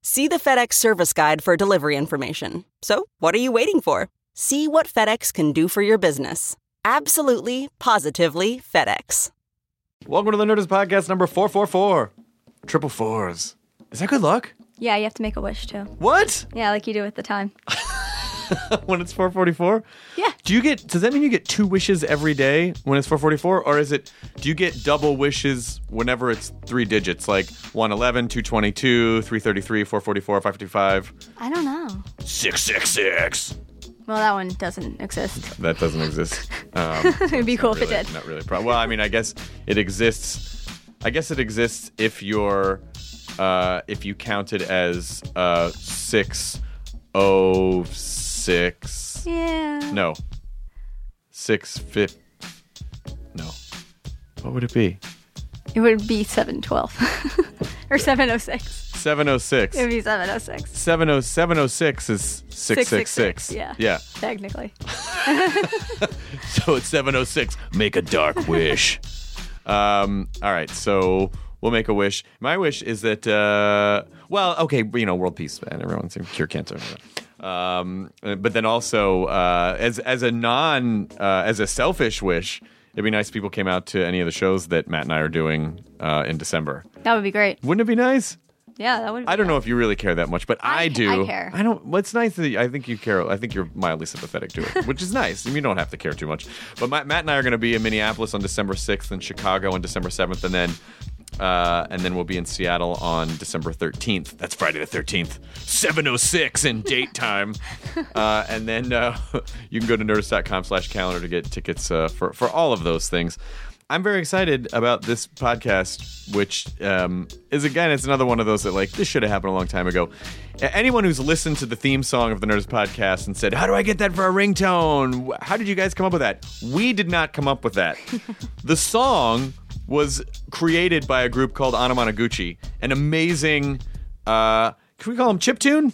See the FedEx service guide for delivery information. So, what are you waiting for? See what FedEx can do for your business. Absolutely, positively FedEx. Welcome to the Nerdist Podcast number 444. Triple fours. Is that good luck? Yeah, you have to make a wish too. What? Yeah, like you do at the time. when it's 444? Yeah. Do you get, does that mean you get two wishes every day when it's 444? Or is it, do you get double wishes whenever it's three digits, like 111, 222, 333, 444, 555, I don't know. 666? Well, that one doesn't exist. That doesn't exist. Um, It'd be cool if really- it did. Not really. a Pro- well, I mean, I guess it exists. I guess it exists if you're uh, if you count it as uh, six oh six. Yeah. No, six fif. No, what would it be? It would be 712 or 706. Seven oh six. It would be 706, Seven oh seven oh six is six six six. 666, yeah. Yeah. technically. So it's 706. Make a dark wish. um, all right, so we'll make a wish. My wish is that, uh, well, okay, you know, world peace and everyone seems to cure cancer. Um, but then also, uh, as as a non, uh, as a selfish wish, it'd be nice if people came out to any of the shows that Matt and I are doing uh, in December. That would be great. Wouldn't it be nice? Yeah, that would be I don't know if you really care that much, but I, I- do. I care. I don't. What's nice that I think you care. I think you're mildly sympathetic to it, which is nice. You don't have to care too much. But Ma- Matt and I are going to be in Minneapolis on December 6th and Chicago on December 7th, and then uh, and then we'll be in Seattle on December 13th. That's Friday the 13th, 7:06 in date time. uh, and then uh, you can go to nerdist.com/calendar to get tickets uh, for for all of those things. I'm very excited about this podcast, which um, is again, it's another one of those that like this should have happened a long time ago. A- Anyone who's listened to the theme song of the Nerdist podcast and said, "How do I get that for a ringtone? Wh- How did you guys come up with that?" We did not come up with that. the song was created by a group called Anamanaguchi, an amazing. Uh, can we call him chiptune?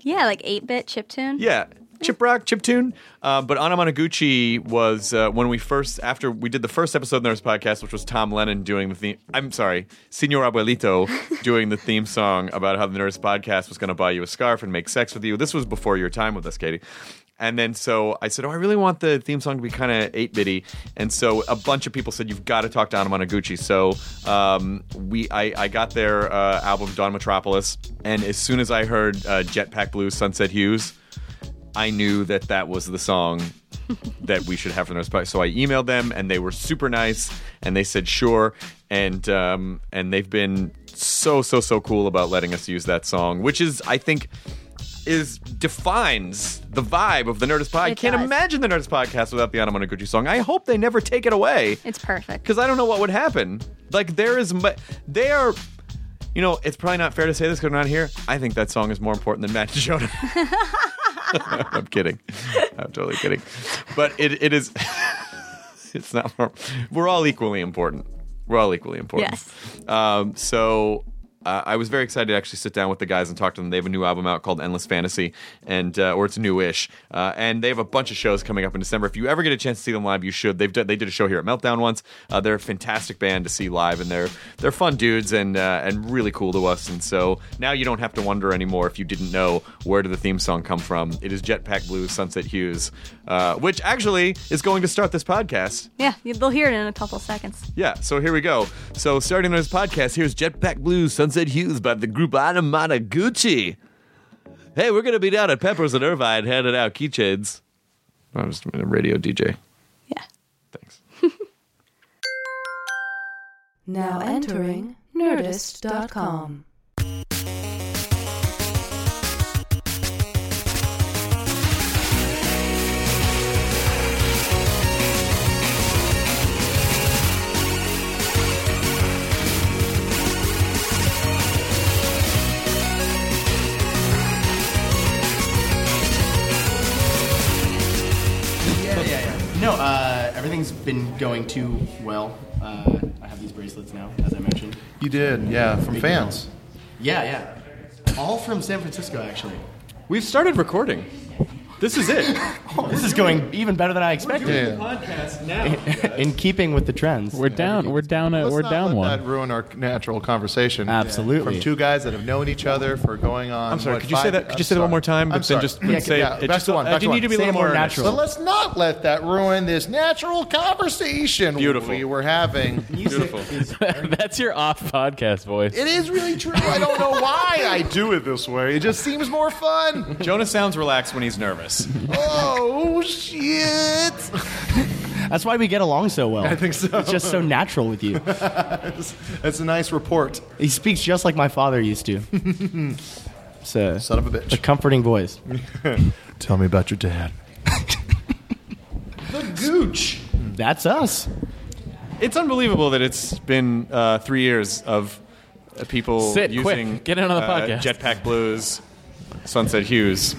Yeah, like 8 bit chiptune. Yeah. Chip rock, chip tune. Uh, but Anamanaguchi was uh, when we first, after we did the first episode of Nerdist Podcast, which was Tom Lennon doing the theme. I'm sorry, Senor Abuelito doing the theme song about how the Nerdist Podcast was going to buy you a scarf and make sex with you. This was before your time with us, Katie. And then so I said, Oh, I really want the theme song to be kind of 8 bitty. And so a bunch of people said, You've got to talk to Anamanaguchi. So um, we, I, I got their uh, album, Dawn Metropolis. And as soon as I heard uh, Jetpack Blues, Sunset Hues, I knew that that was the song that we should have for the next podcast. So I emailed them, and they were super nice, and they said sure, and um, and they've been so so so cool about letting us use that song, which is I think is defines the vibe of the Nerdist Pod. I It can't does. imagine the Nerdist podcast without the Anamanaguchi song. I hope they never take it away It's perfect. because I don't know what would happen. Like there is, mu- they are. You know, it's probably not fair to say this because I'm not here. I think that song is more important than Matt and Jonah. I'm kidding. I'm totally kidding. But it, it is. it's not. More, we're all equally important. We're all equally important. Yes. Um, so uh, I was very excited to actually sit down with the guys and talk to them. They have a new album out called Endless Fantasy, and uh, or it's new-ish, uh, and they have a bunch of shows coming up in December. If you ever get a chance to see them live, you should. They've done, they did a show here at Meltdown once. Uh, they're a fantastic band to see live, and they're they're fun dudes and uh, and really cool to us. And so now you don't have to wonder anymore if you didn't know where did the theme song come from. It is Jetpack Blues, Sunset Hues, uh, which actually is going to start this podcast. Yeah, you- they'll hear it in a couple seconds. Yeah, so here we go. So starting this podcast, here's Jetpack Blues Sunset Hues by the group Anamanaguchi. Hey, we're gonna be down at Peppers and Irvine handing out keychains. Oh, I'm just a radio DJ. Yeah. Thanks. Now entering Nerdist.com. yeah, yeah, yeah. No, uh, everything's been going too well. Uh, I have these bracelets now, as I mentioned. You did, yeah, from fans. Yeah, yeah. All from San Francisco, actually. We've started recording. This is it. Oh, this is going even better than I expected. Yeah. In keeping with the trends. We're down. We're down. A, Let's we're not down let one. That ruin our natural conversation. Absolutely. From two guys that have known each other for going on. I'm sorry. what, could you say five- that? Could I'm you say that sorry. one more time? I'm But then sorry. just yeah, say yeah, it back just, to one. I Back to do one. need to be a Say it little more more earnest. natural. But let's not let that ruin this natural conversation Beautiful. we were having. Beautiful. That's your off podcast voice. It is really true. I don't know why I do it this way. It just seems more fun. Jonas sounds relaxed when he's nervous. Oh shit! That's why we get along so well. I think so. It's just so natural with you. That's a nice report. he speaks just like my father used to. so, Son of a a bitch. comforting voice. Tell me about your dad. the gooch. That's us. It's unbelievable that it's been uh, three years of uh, people Sit, quick. using Get in on the uh, podcast. Jetpack Blues, Sunset Hues.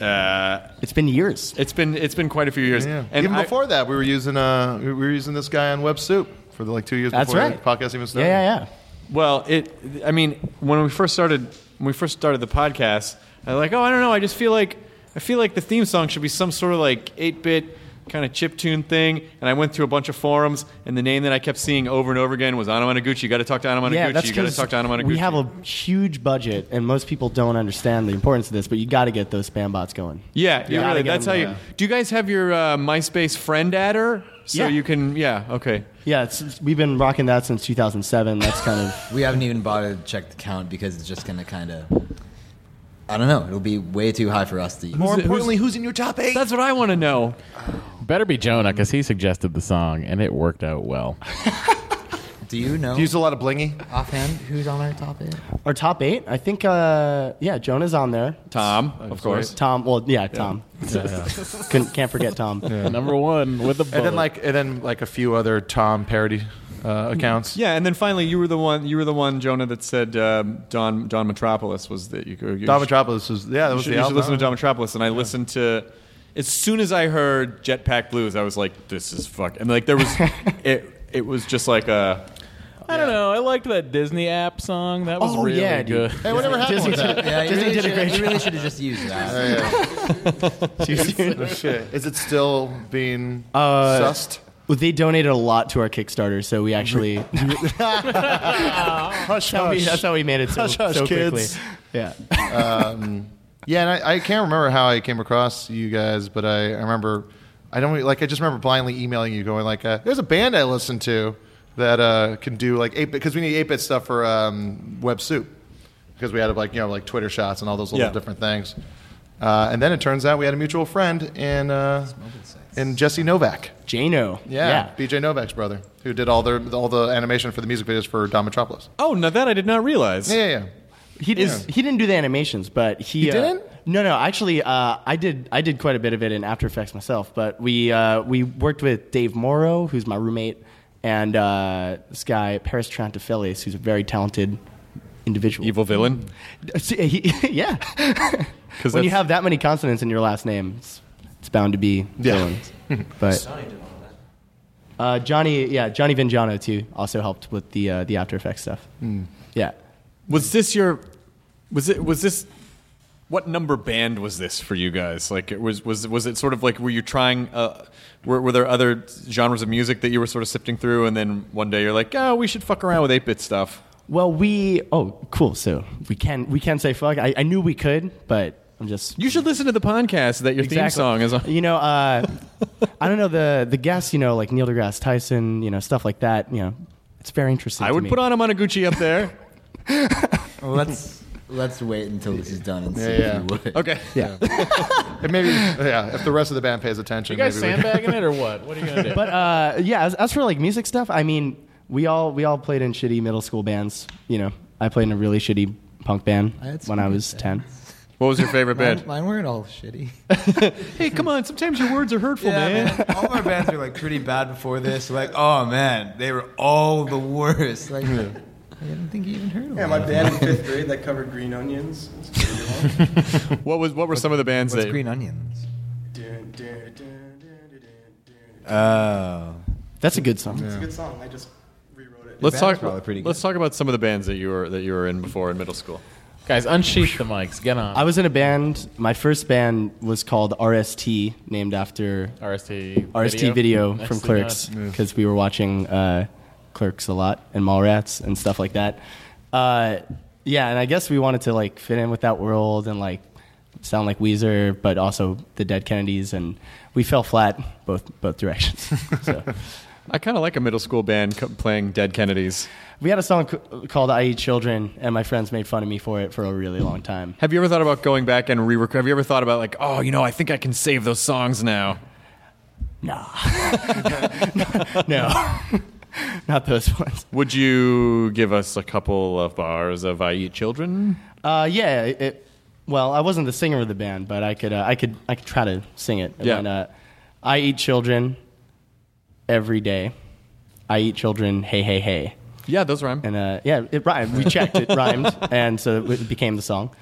Uh, It's been years. it's been it's been quite a few years. Yeah. And even I- before that, we were using uh, we were using this guy on Web Soup for the, like two years That's before right. the podcast even Yeah, started. yeah, yeah. Well, it. I mean, when we first started, when we first started the podcast, I was like, oh, I don't know. I just feel like I feel like the theme song should be some sort of like eight bit kind of chip tune thing. And I went through a bunch of forums, and the name that I kept seeing over and over again was Anamanaguchi. You got to talk to Anamanaguchi. Yeah, that's you got to 'cause talk to Anamanaguchi. we have a huge budget, and most people don't understand the importance of this. But you got to get those spam bots going. Yeah, You yeah. gotta Really, get that's how them you. there. Do you guys have your uh, MySpace friend adder? So Yeah. you can. Yeah. Okay. Yeah, it's, we've been rocking that since 2007. That's kind of We haven't even bothered to check the count because it's just going to kind of. I don't know. It'll be way too high for us to use. More importantly, who's in your top eight? That's what I want to know. Better be Jonah because he suggested the song and it worked out well. Do you know Do you use a lot of blingy. offhand who's on our top eight? our top eight. I think, uh, yeah, Jonah's on there. Tom, of course. Tom, well, yeah, Tom. Couldn't, can't forget Tom. Number one with a bullet. And then like and then like a few other Tom parody uh, accounts. Yeah, and then finally, you were the one. You were the one, Jonah, that said um, Don Don Metropolis was that you. you Don Metropolis was yeah. That You was should, the you should album. listen to Don Metropolis, and I listened to. As soon as I heard Jetpack Blues, I was like, "This is fuck." And like there was, it it was just like a. I don't know. I liked that Disney app song. That was Oh, really yeah, dude. good. Hey, whatever happened Disney with Oh, that? Yeah, you Disney really did a should- great You really should have just used that. Is it still being sussed? Well, they donated a lot to our Kickstarter, so we actually Hush, That's how we- that's how we made it so, Hush, hush, so quickly. kids. Yeah, Yeah, and I, I can't remember how I came across you guys, but I, I remember, I don't like. I just remember blindly emailing you, going like, uh, "There's a band I listen to that uh, can do like eight bit because we need eight bit stuff for um, Web Soup because we had like you know like Twitter shots and all those little Yeah. different things." Uh, and then it turns out we had a mutual friend in uh, in Jesse Novak, Jano. yeah, BJ Novak's brother, who did all the all the animation for the music videos for Don Metropolis. Oh, now that I did not realize. Yeah, yeah, yeah. He didn't. He didn't do the animations, but he, He uh, didn't? No, no. Actually, uh, I did. I did quite a bit of it in After Effects myself. But we uh, we worked with Dave Morrow, who's my roommate, and uh, this guy Paris Trantafelius, who's a very talented individual. Uh, Evil Mm. villain. See, he- yeah. 'Cause when you that's- have that many consonants in your last name, it's, it's bound to be Yeah. villains. But. Uh, Johnny, yeah, Johnny Vingiano too. Also helped with the uh, the After Effects stuff. Hmm. Yeah, Was this your? Was it? Was this? What number band was this for you guys? Like, it was was was it sort of like were you trying? Uh, were, were there other genres of music that you were sort of sifting through, and then one day you're like, "Oh, we should fuck around with eight bit stuff." Well, we oh cool. So we can we can say fuck. I, I knew we could, but I'm just You should listen to the podcast that your theme song is on. You know, uh, I don't know the the guests. You know, like Neil deGrasse Tyson. You know, stuff like that. You know, it's very interesting. I to would me. put on a Monoguchi up there. Let's Let's wait until this is done and see Yeah, if yeah. you would. Okay. Yeah. and maybe, yeah, if the rest of the band pays attention. You guys maybe we can- sandbagging it or what? What are you gonna do? but uh, yeah, as, as for like music stuff, I mean, we all we all played in shitty middle school bands. You know, I played in a really shitty punk band I had some when I good was ten. What was your favorite Mine, band? mine weren't all shitty. Hey, come on. Sometimes your words are hurtful, All my bands were like pretty bad before this. Like, oh man, they were all the worst. Like, I didn't think you even heard of Yeah, them. my band in fifth grade that covered green onions. What was what were some of the bands What's that Green Onions? Dun, dun, dun, dun, dun, dun, dun. Oh. That's a good song. It's a good song. I just rewrote it. Let's talk. probably pretty good. Let's talk about some of the bands that you were that you were in before in middle school. Guys, unsheath the mics. Get on. I was in a band. My first band was called RST, named after RST. RST Video, from Nicely Clerks done. because we were watching uh, Clerks a lot and Mallrats and stuff like that. Uh, yeah, and I guess we wanted to like fit in with that world and like sound like Weezer, but also the Dead Kennedys, and we fell flat both both directions. so I kind of like a middle school band co- playing Dead Kennedys. we had a song c- called "I Eat Children," and my friends made fun of me for it for a really long time. Have you ever thought about going back and re Have you ever thought about like, oh, you know, I think I can save those songs now? Nah, no, not those ones. Would you give us a couple of bars of "I Eat Children"? Uh, yeah. It, it- well, I wasn't the singer of the band, but I could, uh, I could, I could try to sing it. Yeah. And, uh, I eat children every day. I eat children. Hey, hey, hey. Yeah, those rhyme. And uh, yeah, it rhymed. We checked. It rhymed, and so it became the song.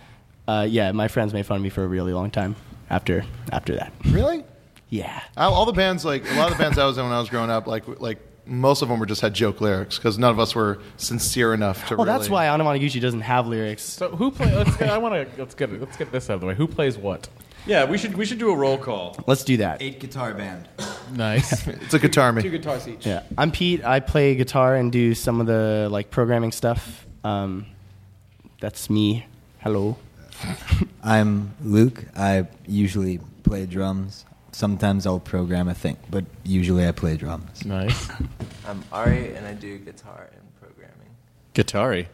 Uh, yeah, my friends made fun of me for a really long time after after that. Really? Yeah. I- all the bands like a lot of the bands I was in when I was growing up, like like most of them were just had joke lyrics because none of us were sincere enough to. Oh, Well, really, Oh, that's why Anamanaguchi doesn't have lyrics. So who play? Let's get, I want to. Let's get. Let's get this out of the way. Who plays what? Yeah, we should we should do a roll call. Let's do that. Eight guitar band. Nice. it's a guitar Two me. guitars each. Yeah. I'm Pete. I play guitar and do some of the like programming stuff. Um, that's me. Hello. I'm Luke. I usually play drums. Sometimes I'll program a thing, but usually I play drums. nice. I'm Ari, and I do guitar and programming. Guitari.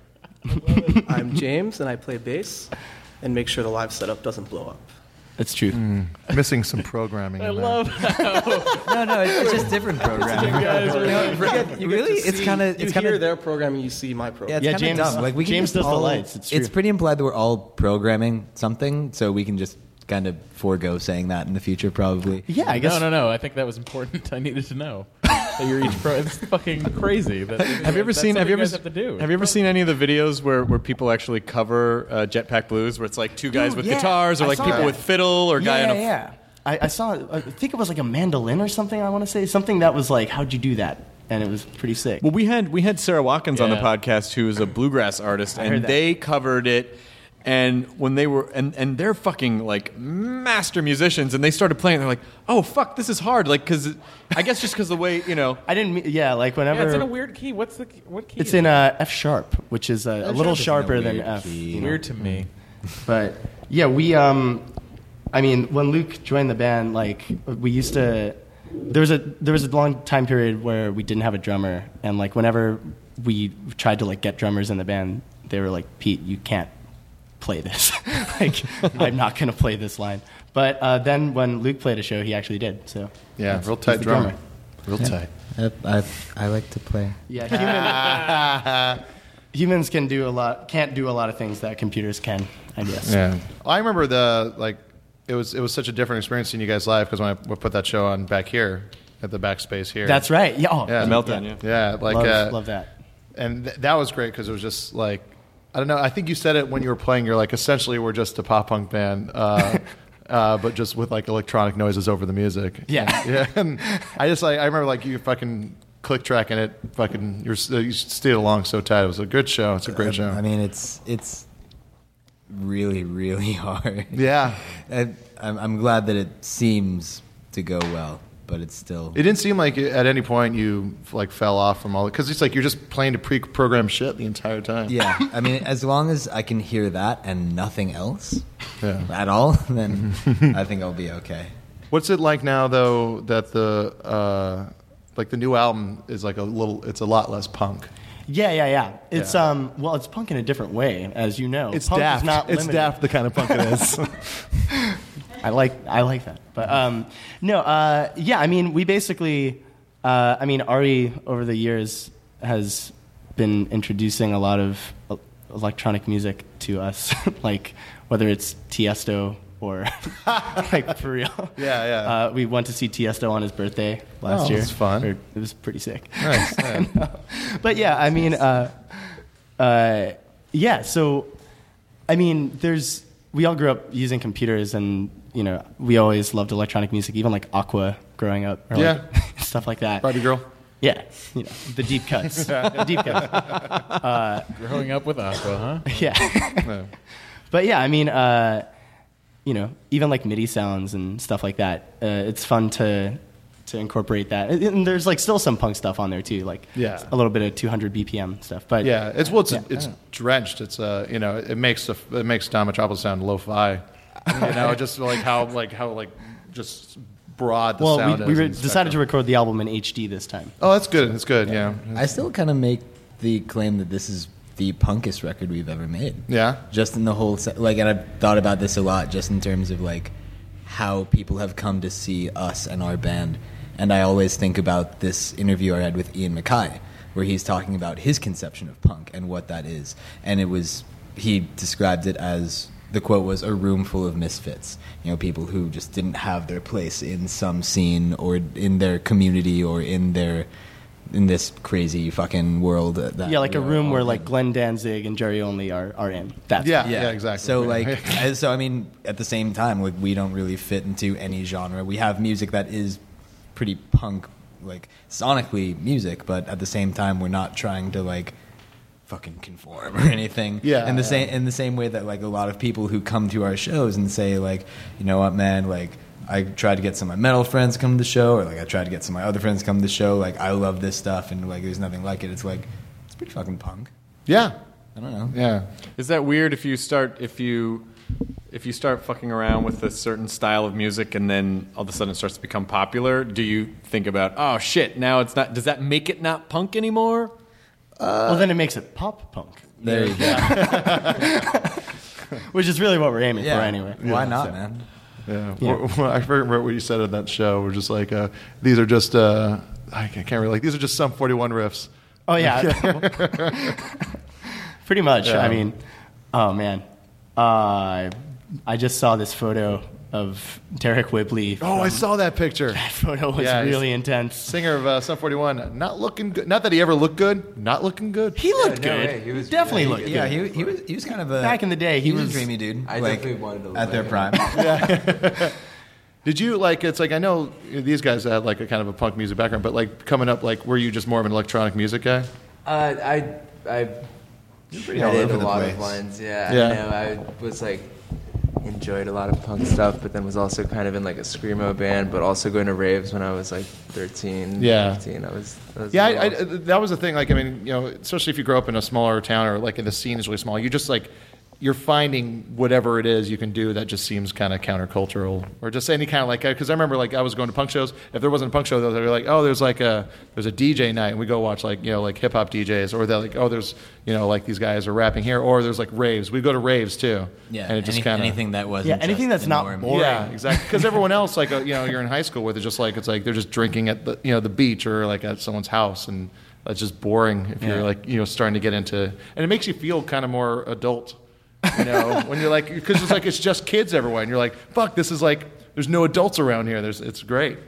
I'm James, and I play bass and make sure the live setup doesn't blow up. That's true. Mm. Missing some programming. I love. no, no, it's, it's just different programming. You get really, to it's see- kind of it's you kind hear of their programming, you see my program. yeah, it's Yeah, kinda James- dumb. Like we can James just does the all- lights, it's true. pretty implied that we're all programming something, so we can just kind of forego saying that in the future, probably. Yeah, I guess. No, no, no. I think that was important. I needed to know that you're each pro. It's fucking crazy. That, Have you ever seen? Have you ever guys have to do? have you ever seen any of the videos where, where people actually cover uh, Jetpack Blues, where it's like two guys Dude, with yeah. guitars, or I like saw people that. with fiddle, or guy yeah, on a yeah. I, I saw. I think it was like a mandolin or something. I want to say something that was like, "How'd you do that?" And it was pretty sick. Well, we had we had Sarah Watkins on the Yeah. podcast, who is a bluegrass artist, heard and that. they covered it. And when they were and and they're fucking like master musicians, and they started playing, they're like, oh fuck, this is hard, like because I guess just because the way you know. I didn't. me- Yeah, like whenever Yeah, it's in a weird key. What's the key- what key? It's is in it? uh, F sharp, which is uh, a little sharp isn't a sharper than weird F. key, you know. weird to me. But yeah, we. Um, I mean, when Luke joined the band, like we used to. There was a there was a long time period where we didn't have a drummer, and like whenever we tried to like get drummers in the band, they were like, "Pete, you can't play this. like, I'm not gonna play this line." But uh, then when Luke played a show, he actually did. So Yeah, That's- real he's tight the drummer. Real tight. I, I, I like to play. Yeah, human, humans can do a lot. Can't do a lot of things that computers can. I guess. Yeah. I remember the like it was it was such a different experience seeing you guys live because when I w- put that show on back here at the backspace here. That's right. Yeah. Oh, Yeah. Meltdown, yeah. Yeah, like love, uh, love that. and th- that was great because it was just like I don't know. I think you said it when you were playing. You're like essentially we're just a pop punk band, uh, uh, but just with like electronic noises over the music. Yeah. yeah. And I just like I remember like you fucking click tracking it. Fucking you're s- you stayed along so tight. It was a good show. It's a Uh, great show. I mean, it's it's really really hard. yeah. I, I'm, I'm glad that it seems to go well, but it's still It didn't seem like at any point you like fell off from all because it's like you're just playing to pre-program shit the entire time. yeah. I mean, as long as I can hear that and nothing else Yeah. at all, then I think I'll be okay. What's it like now though that the uh, like the new album is like a little? It's a lot less punk. Yeah, yeah, yeah. It's um well, it's punk in a different way, as you know. It's Oh, punk daft. Is not it's limited. daft the kind of punk it is. I like I like that. But um, no, uh, yeah. I mean, we basically, uh, I mean, Ari over the years has been introducing a lot of el- electronic music to us, like whether it's Tiesto or like for real. Yeah, yeah. Uh, we went to see Tiesto on his birthday last Oh, year. that's fun. Or- it was pretty sick. Nice, yeah. but yeah, I mean, uh, uh, yeah. So, I mean, there's we all grew up using computers, and you know, we always loved electronic music, even like Aqua growing up. Or like, stuff like that. Barbie girl. Yeah, you know, the deep cuts. The deep cuts. Uh, Growing up with Aqua, huh? Yeah. But yeah, I mean, uh, you know, even like MIDI sounds and stuff like that. Uh, it's fun to to incorporate that. And- And there's like still some punk stuff on there too, like Yeah. a little bit of 200 BPM stuff. But yeah, it's well, it's, yeah. it's drenched. It's uh, you know, it makes the, it makes Don Metropolis sound lo-fi. You know, just like how like how like just broad the well, sound we, is. we re- in the decided to spectrum. record the album in HD this time. Oh, that's good. That's good. Yeah. I still kind of make the claim that this is the punkest record we've ever made. Yeah. Just in the whole se- like, and I've thought about this a lot, just in terms of like how people have come to see us and our band. And I always think about this interview I had with Ian Mackay, where he's talking about his conception of punk and what that is. And it was he described it as the quote was a room full of misfits you know people who just didn't have their place in some scene or in their community or in their in this crazy fucking world uh, that yeah, like a we are room all where in. like Glenn Danzig and Jerry Only are, are in. That's So like, I- so I mean, at the same time, like we don't really fit into any genre. We have music that is pretty punk, like sonically music, but at the same time, we're not trying to like fucking conform or anything. Yeah, In the yeah. same in the same way that like a lot of people who come to our shows and say like, you know what, man, like. I tried to get some of my metal friends to come to the show, or like I tried to get some of my other friends to come to the show. Like I love this stuff, and like there's nothing like it. It's like it's pretty fucking punk. Yeah. I don't know. Yeah. Is that weird if you start if you if you start fucking around with a certain style of music and then all of a sudden it starts to become popular? Do you think about oh shit now it's not? Does that make it not punk anymore? well, then it makes it pop punk. There you go. Which is really what we're aiming for anyway. Why Yeah, not, so. Yeah. man? Yeah. Well, well, I forget what you said on that show. We're just like, uh, these are just, uh, I can't really, like, these are just some 41 riffs. Oh yeah, pretty much. Yeah. I mean, oh man, uh, I just saw this photo of Derek Whibley. Oh, I from- saw that picture. That photo was really intense. Singer of uh, Sum 41, not looking good. Not that he ever looked good, not looking good. He looked good. Definitely looked Yeah, good. he, he was he was kind of a Back in the day, he was, was- a dreamy dude. I like, definitely wanted to look at their prime. like Did you like? It's like I know these guys had like a kind of a punk music background, but like coming up, like were you just more of an electronic music guy? Uh, I I pretty all shredded over a the lot place. of lines. Yeah, Yeah. I know. I was like enjoyed a lot of punk stuff, but then was also kind of in like a screamo band, but also going to raves when I was like 13, Yeah. 15. I was, I was Yeah, I, I, involved. that was the thing. Like, I mean, you know, especially if you grow up in a smaller town or like the scene is really small, you just like you're finding whatever it is you can do that just seems kind of countercultural or just any kind of like. Because I remember like I was going to punk shows. If there wasn't a punk show, they'd be like, oh, there's like a there's a DJ night, and we go watch like you know like hip hop DJs, or they're like, oh, there's you know like these guys are rapping here, or there's like raves. We go to raves too. Yeah, and it just any- kind of anything that wasn't Yeah, anything just that's the not norm. boring. yeah, exactly. Because everyone else, like uh, you know, you're in high school with it. Just like it's like they're just drinking at the you know the beach or like at someone's house, and that's just boring. If you're Yeah. like you know starting to get into, and it makes you feel kind of more adult, you know, when you're like because it's like it's just kids everywhere, and you're like, fuck, this is like there's no adults around here. There's it's great.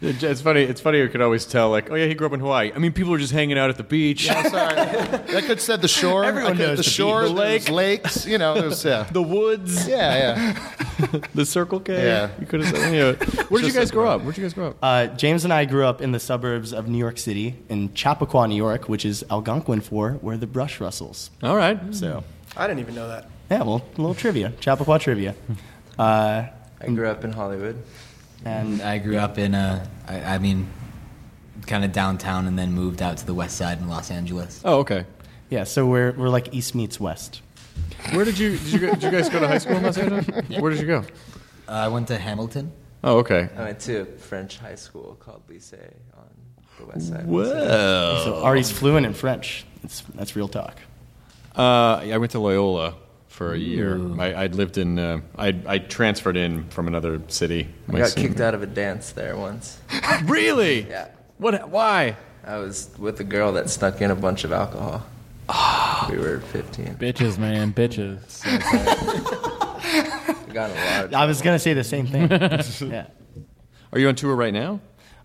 It's funny. It's funny. You could always tell like oh yeah he grew up in Hawaii. I mean people are just hanging out at the beach. I could said the shore. Oh, Everyone I could- knows the the shore, beach. The there's lake. lakes. You know, there's yeah. the woods. Yeah, yeah. the Circle K. Yeah. You could have said. Anyway. Where did you Just guys grow up? Where'd you guys grow up? Uh, James and I grew up in the suburbs of New York City, in Chappaqua, New York, which is Algonquin for where the brush rustles. All right. So, I didn't even know that. yeah, well, a little trivia, Chappaqua trivia. Uh, I grew up in Hollywood. And I grew up in a, I, I mean, kind of downtown, and then moved out to the west side in Los Angeles. Oh, okay. Yeah, so we're we're like east meets west. Where did you did you, go, did you guys go to high school in Los Angeles? Where did you go? Uh, I went to Hamilton. Oh, okay. I went to a French high school called Lycée on the West Side. Whoa. So Ari's fluent in French. It's, that's real talk. Uh, I went to Loyola for a year. Ooh. I, I'd lived in. Uh, I I transferred in from another city. I got kicked out of a dance there once. really? Yeah. What? Why? I was with a girl that snuck in a bunch of alcohol. we were 15. Bitches, man, bitches. We got in a lot. Of I was going to say the same thing. yeah. Are you on tour right now?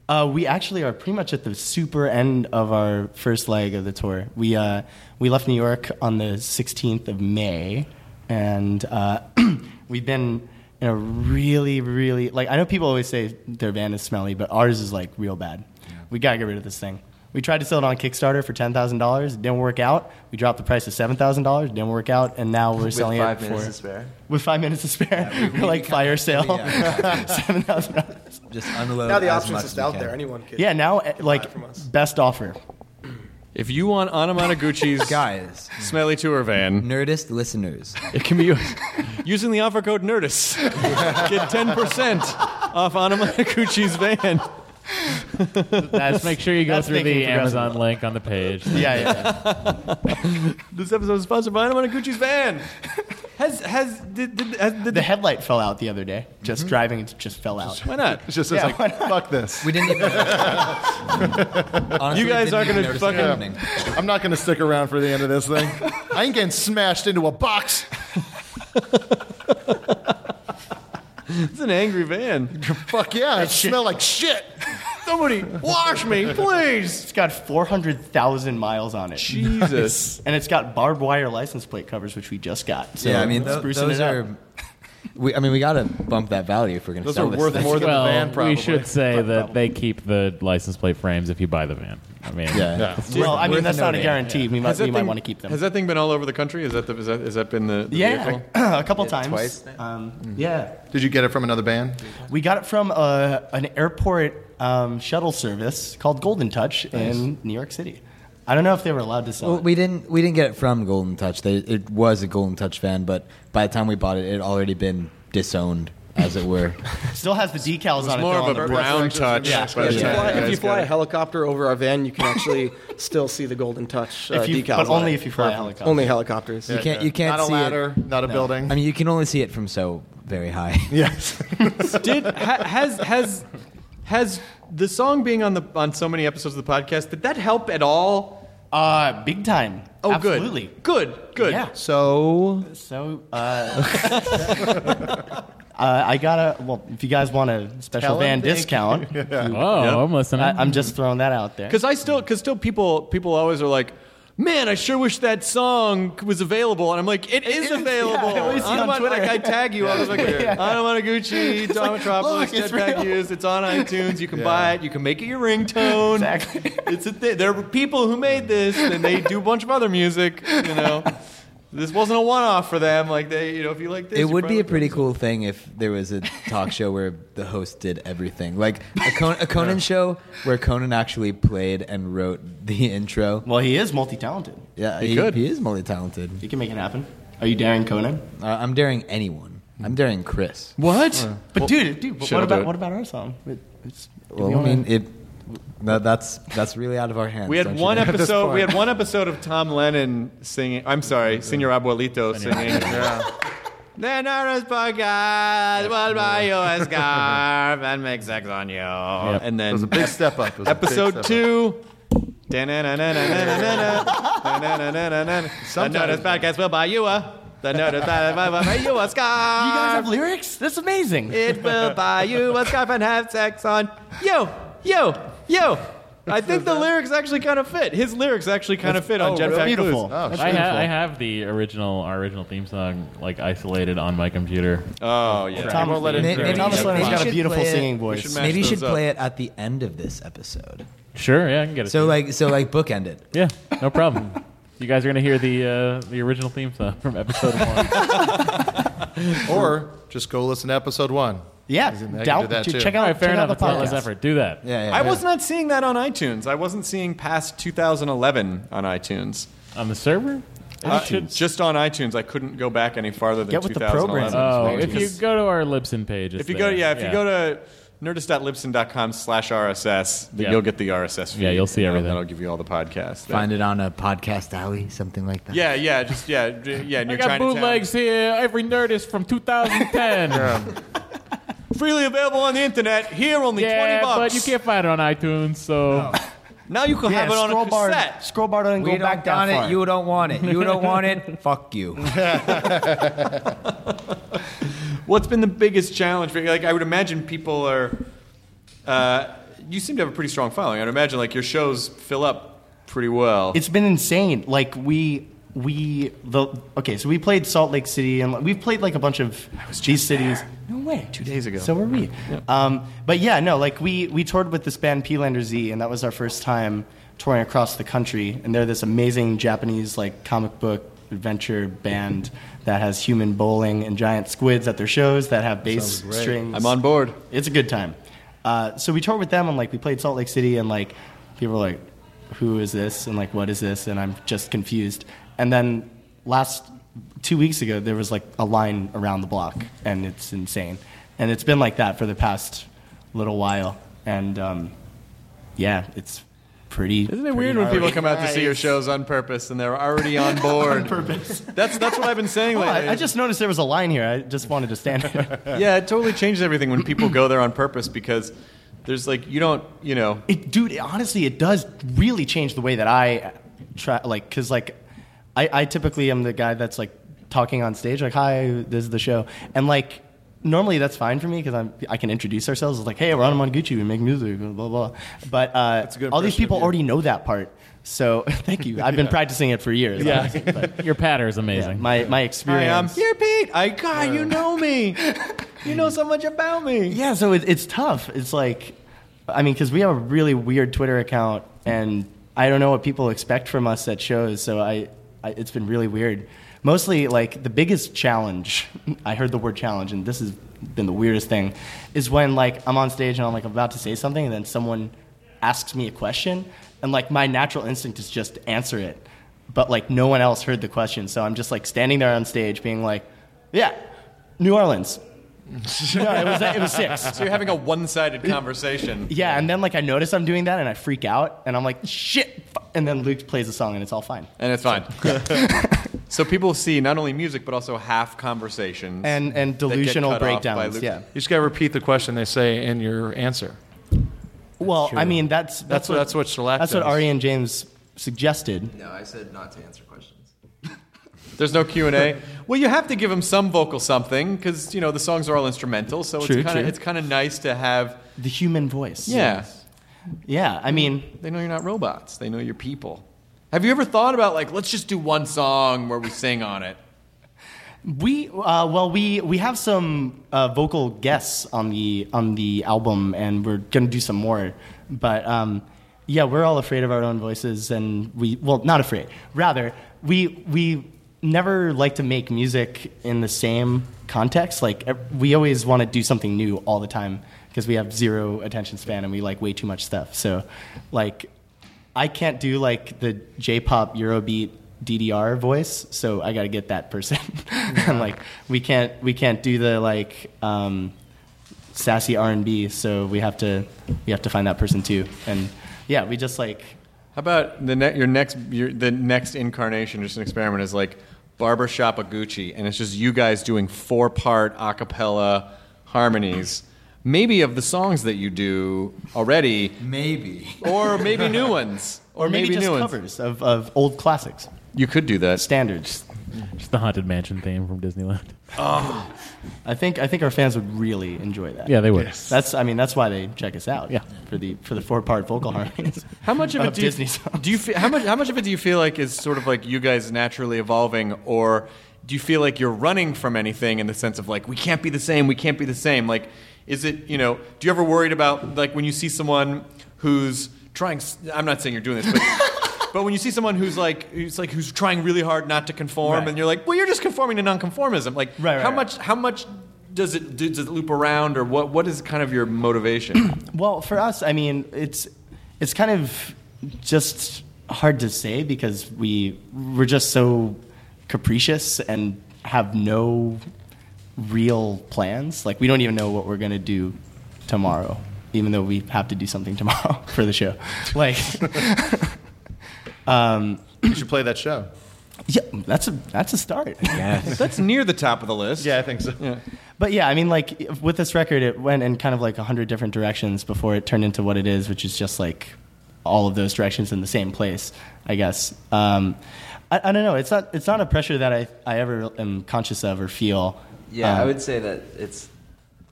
Uh, we actually are pretty much at the super end of our first leg of the tour. We uh, we left New York on the 16th of May, and uh, we've been in a really, really like I know people always say their band is smelly, but ours is like real bad. We gotta get rid of this thing. We tried to sell it on Kickstarter for ten thousand dollars. It didn't work out. We dropped the price to seven thousand dollars. Didn't work out, and now we're With selling five it for minutes to spare. with five minutes to spare. we- we like kinda- fire sale, yeah. seven thousand dollars. Just unload. Now the as option's much just as we out can. there. Anyone can Yeah, now eh, like best offer. If you want Anamanaguchi's guys smelly tour van, Nerdist listeners, it can be yours using the offer code Nerdist. Get ten percent off Anamanaguchi's van. Just make sure you go through the Amazon link on the page. Yeah, yeah. this episode is sponsored by Anamanaguchi's van. Has has did, did, has did the headlight fell out the other day? Just Mm-hmm. driving, it just fell out. why not? It's just it's Yeah, like, why fuck this. We didn't even. Honestly, you guys didn't even aren't going to notice it fucking. happening. I'm not going to stick around for the end of this thing. I ain't getting smashed into a box. It's an angry van. Fuck yeah, it smelled like shit. Somebody wash me, please. It's got four hundred thousand miles on it. Jesus. and it's got barbed wire license plate covers, which we just got. So yeah, I mean, it's tho- sprucing those it up. are. We, I mean, we gotta bump that value if we're gonna Those sell are this worth thing. more than well, the van, probably. we should say that they keep the license plate frames if you buy the van. I mean, Yeah. Yeah. it's Well, worth- I mean, worth that's not a noting. guarantee. We might, Has that we might thing- want to keep them. Has that thing been all over the country? Is that the, is that, has that been the, the yeah, vehicle? a couple Yeah, times. twice Um, Yeah, Did you get it from another band? we got it from uh, an airport um, shuttle service called Golden Touch in New York City. I don't know if they were allowed to sell Well, it. we didn't we didn't get it from Golden Touch. They, it was a Golden Touch van, but by the time we bought it, it had already been disowned, as it were. Still has the decals on it. more though, of on a the- brown touch. Yeah. by the If you time fly, you if guys you fly got a it. helicopter over our van, you can actually still see the golden touch uh, If you- decals. but on only it. if you fly a helicopter. Only helicopters. You can't you can't not a see ladder, it. not a building. I mean, you can only see it from so very high. yes. did ha, has has has the song being on the on so many episodes of the podcast did that help at all? Uh, big time. Oh, Absolutely. good, good, good. Yeah. So So, uh, uh, I got a, well, if you guys want a special Tell 'em van thank discount, you- Oh, Yep. I'm listening. I, I'm just throwing that out there. Because I still because still people people always are like. Man, I sure wish that song was available. And I'm like, it is available. yeah, I always see it on Anamon- like, Twitter. I tag you. I was like, Anamanaguchi, Don Metropolis, look, it's Jetpack real. Used. It's on iTunes. You can buy it. You can make it your ringtone. Exactly. It's a thing. There are people who made this, and they do a bunch of other music. You know, this wasn't a one-off for them. Like they, you know, if you like this, It you would be probably- a pretty cool thing if there was a talk show where the host did everything, like a, Con- a Conan show where Conan actually played and wrote the intro. well, he is multi talented. Yeah, He could. He is multi-talented. You can make it happen. Are you daring Conan? Uh, I'm daring anyone. I'm daring Chris. What? But dude, dude, but shit, what I'll do about it. what about our song? It- it's- do we Well, I wanna- mean, it. No, that's that's really out of our hands. We don't had you one think? episode. We point. had one episode of Tom Lennon singing. I'm sorry, Senor Abuelito singing. Then our podcast will buy you a scarf and make sex on you. And then it was a big step up. It was a big episode step up. two. Da-na-na-na-na-na-na-na. The Notice Podcast will buy you a. The Notice Podcast will buy you a you guys scarf. have lyrics? That's amazing. It will buy you a scarf and have sex on you, you, you. I think the lyrics actually kind of fit. His lyrics actually kind of fit on Jetpack oh, beautiful. Blues. Oh, I, shit. ha- I have the original, our original theme song, like isolated on my computer. Oh yeah. Tom, won't let it May- through. maybe Thomas you should- Lennon's maybe got you a should beautiful play it- singing voice. should match Maybe you should those up. play it at the end of this episode. Sure, yeah, I can get it. So like, so like bookend it. yeah, no problem. you guys are gonna hear the uh, the original theme song from episode one. Or just go listen to episode one. Yeah, I can do down- that, ch- too. check All out, right, fair check enough. out It's the not less podcast. effort. Do that. Yeah, yeah. I was not seeing that on iTunes. I wasn't seeing past 2011 on iTunes. On the server. Uh, just on iTunes, I couldn't go back any farther than Get with the 2011. program. Oh, if you go to our Libsyn page, it's if you go, there. yeah, if you go to Nerdist.libson.com slash RSS. Yeah. You'll get the RSS feed. Yeah, you'll see and everything. That'll give you all the podcasts. Find it on a podcast alley, something like that. Yeah, yeah, just, yeah, d- yeah. And I you're got trying to bootlegs here. Every Nerdist from 2010. Freely available on the internet. Here, only 20 yeah, bucks. but you can't find it on iTunes, so. Now you can Yeah, have it on scroll a bar- cassette. scroll bar doesn't We go don't back that want it, far. you don't want it, you don't want it, fuck you. What's been the biggest challenge for you? Like, I would imagine people are. Uh, you seem to have a pretty strong following. I'd imagine like your shows fill up pretty well. It's been insane. Like we we the okay, so we played Salt Lake City and like, we've played like a bunch of these cities. No way. Two days ago. So were we. Um, but yeah, no, like we we toured with this band P-Lander Z, and that was our first time touring across the country. And they're this amazing Japanese like comic book adventure band that has human bowling and giant squids at their shows that have bass Sounds great. strings. I'm on board. It's a good time. Uh, so we toured with them, and like we played Salt Lake City, and like people were like, "Who is this?" and like, "What is this?" and I'm just confused. And then last two weeks ago, there was like a line around the block, and it's insane. And it's been like that for the past little while, and um, yeah, it's pretty. Isn't it weird when people come out to see your shows on purpose and they're already on board? On purpose. That's that's what I've been saying Oh, lately. I, I just noticed there was a line here. I just wanted to stand here. yeah, it totally changes everything when people go there on purpose because there's like you don't you know it, dude it- honestly it does really change the way that i try like because like I, I typically am the guy that's like talking on stage like hi this is the show and like normally that's fine for me because i'm i can introduce ourselves it's like hey we're on Mongucci, we make music blah blah blah but uh, all these people already know that part so thank you i've been practicing it for years Yeah. honestly, but- your patter is amazing my my experience Hi, I'm here, Pete. I God, you know me. You know so much about me. Yeah, so it, it's tough. It's like, I mean, because we have a really weird Twitter account, and I don't know what people expect from us at shows. So I, I it's been really weird. Mostly, like the biggest challenge. I heard the word challenge, and this has been the weirdest thing, is when like I'm on stage and I'm like about to say something, and then someone asks me a question, and like my natural instinct is just to answer it, but like no one else heard the question, so I'm just like standing there on stage, being like, yeah, New Orleans. no, it was it was six. So you're having a one-sided conversation. Yeah, and then like I notice I'm doing that and I freak out and I'm like shit, fu-" and then Luke plays a song and it's all fine. And it's fine. so people see not only music but also half conversations And- and that get delusional cut off by breakdowns, Luke- yeah. You just got to repeat the question they say in your answer. Well, Sure. I mean that's That's that's what- that's what shellac that's what does. Ari and James suggested. No, I said not to answer questions. There's no Q and A. Well, you have to give them some vocal something because you know the songs are all instrumental. So True, it's kind true. of it's kind of nice to have. The human voice. Yeah. Yeah, I mean, they know you're not robots. They know you're people. Have you ever thought about like let's just do one song where we sing on it? We uh, well we we have some uh, vocal guests on the on the album and we're gonna do some more, but um, yeah we're all afraid of our own voices and we well not afraid rather we we never like to make music in the same context like ev- we always want to do something new all the time because we have zero attention span and we like way too much stuff so like I can't do like the J-pop Eurobeat DDR voice, so I got to get that person. and like we can't we can't do the like um, sassy R&B, so we have to we have to find that person too. And yeah, we just like How about the ne- your next your, the next incarnation, just an experiment, is like barbershop a Gucci, and it's just you guys doing four part a cappella harmonies, maybe of the songs that you do already, maybe, or maybe new ones, or, or maybe, maybe, just new ones. covers of, of old classics. You could do that. Standards. Just the Haunted Mansion theme from Disneyland. Oh. I think I think our fans would really enjoy that. Yeah, they would. That's I mean that's why they check us out. Yeah. For the for the four part vocal harmonies. How much of it do you, Disney songs. do you feel, how much how much of it do you feel like is sort of like you guys naturally evolving, or do you feel like you're running from anything in the sense of like we can't be the same, we can't be the same? Like, is it you know? Do you ever worried about like when you see someone who's trying? s- I'm not saying you're doing this, but. But when you see someone who's like, who's like, who's trying really hard not to conform, Right. and you're like, well, you're just conforming to nonconformism. Like, Right, right, how right. much, how much does it do, does it loop around, or what, what is kind of your motivation? Well, for us, I mean, it's it's kind of just hard to say because we we're just so capricious and have no real plans. Like we don't even know what we're gonna do tomorrow, even though we have to do something tomorrow for the show. Like, um, you should play that show. Yeah, that's a that's a start. That's near the top of the list. Yeah, I think so. But yeah, I mean, like with this record, it went in kind of like a hundred different directions before it turned into what it is, which is just like all of those directions in the same place, I guess. Um, I, I don't know. It's not it's not a pressure that I I ever am conscious of or feel. Yeah, Uh. I Um, would say that it's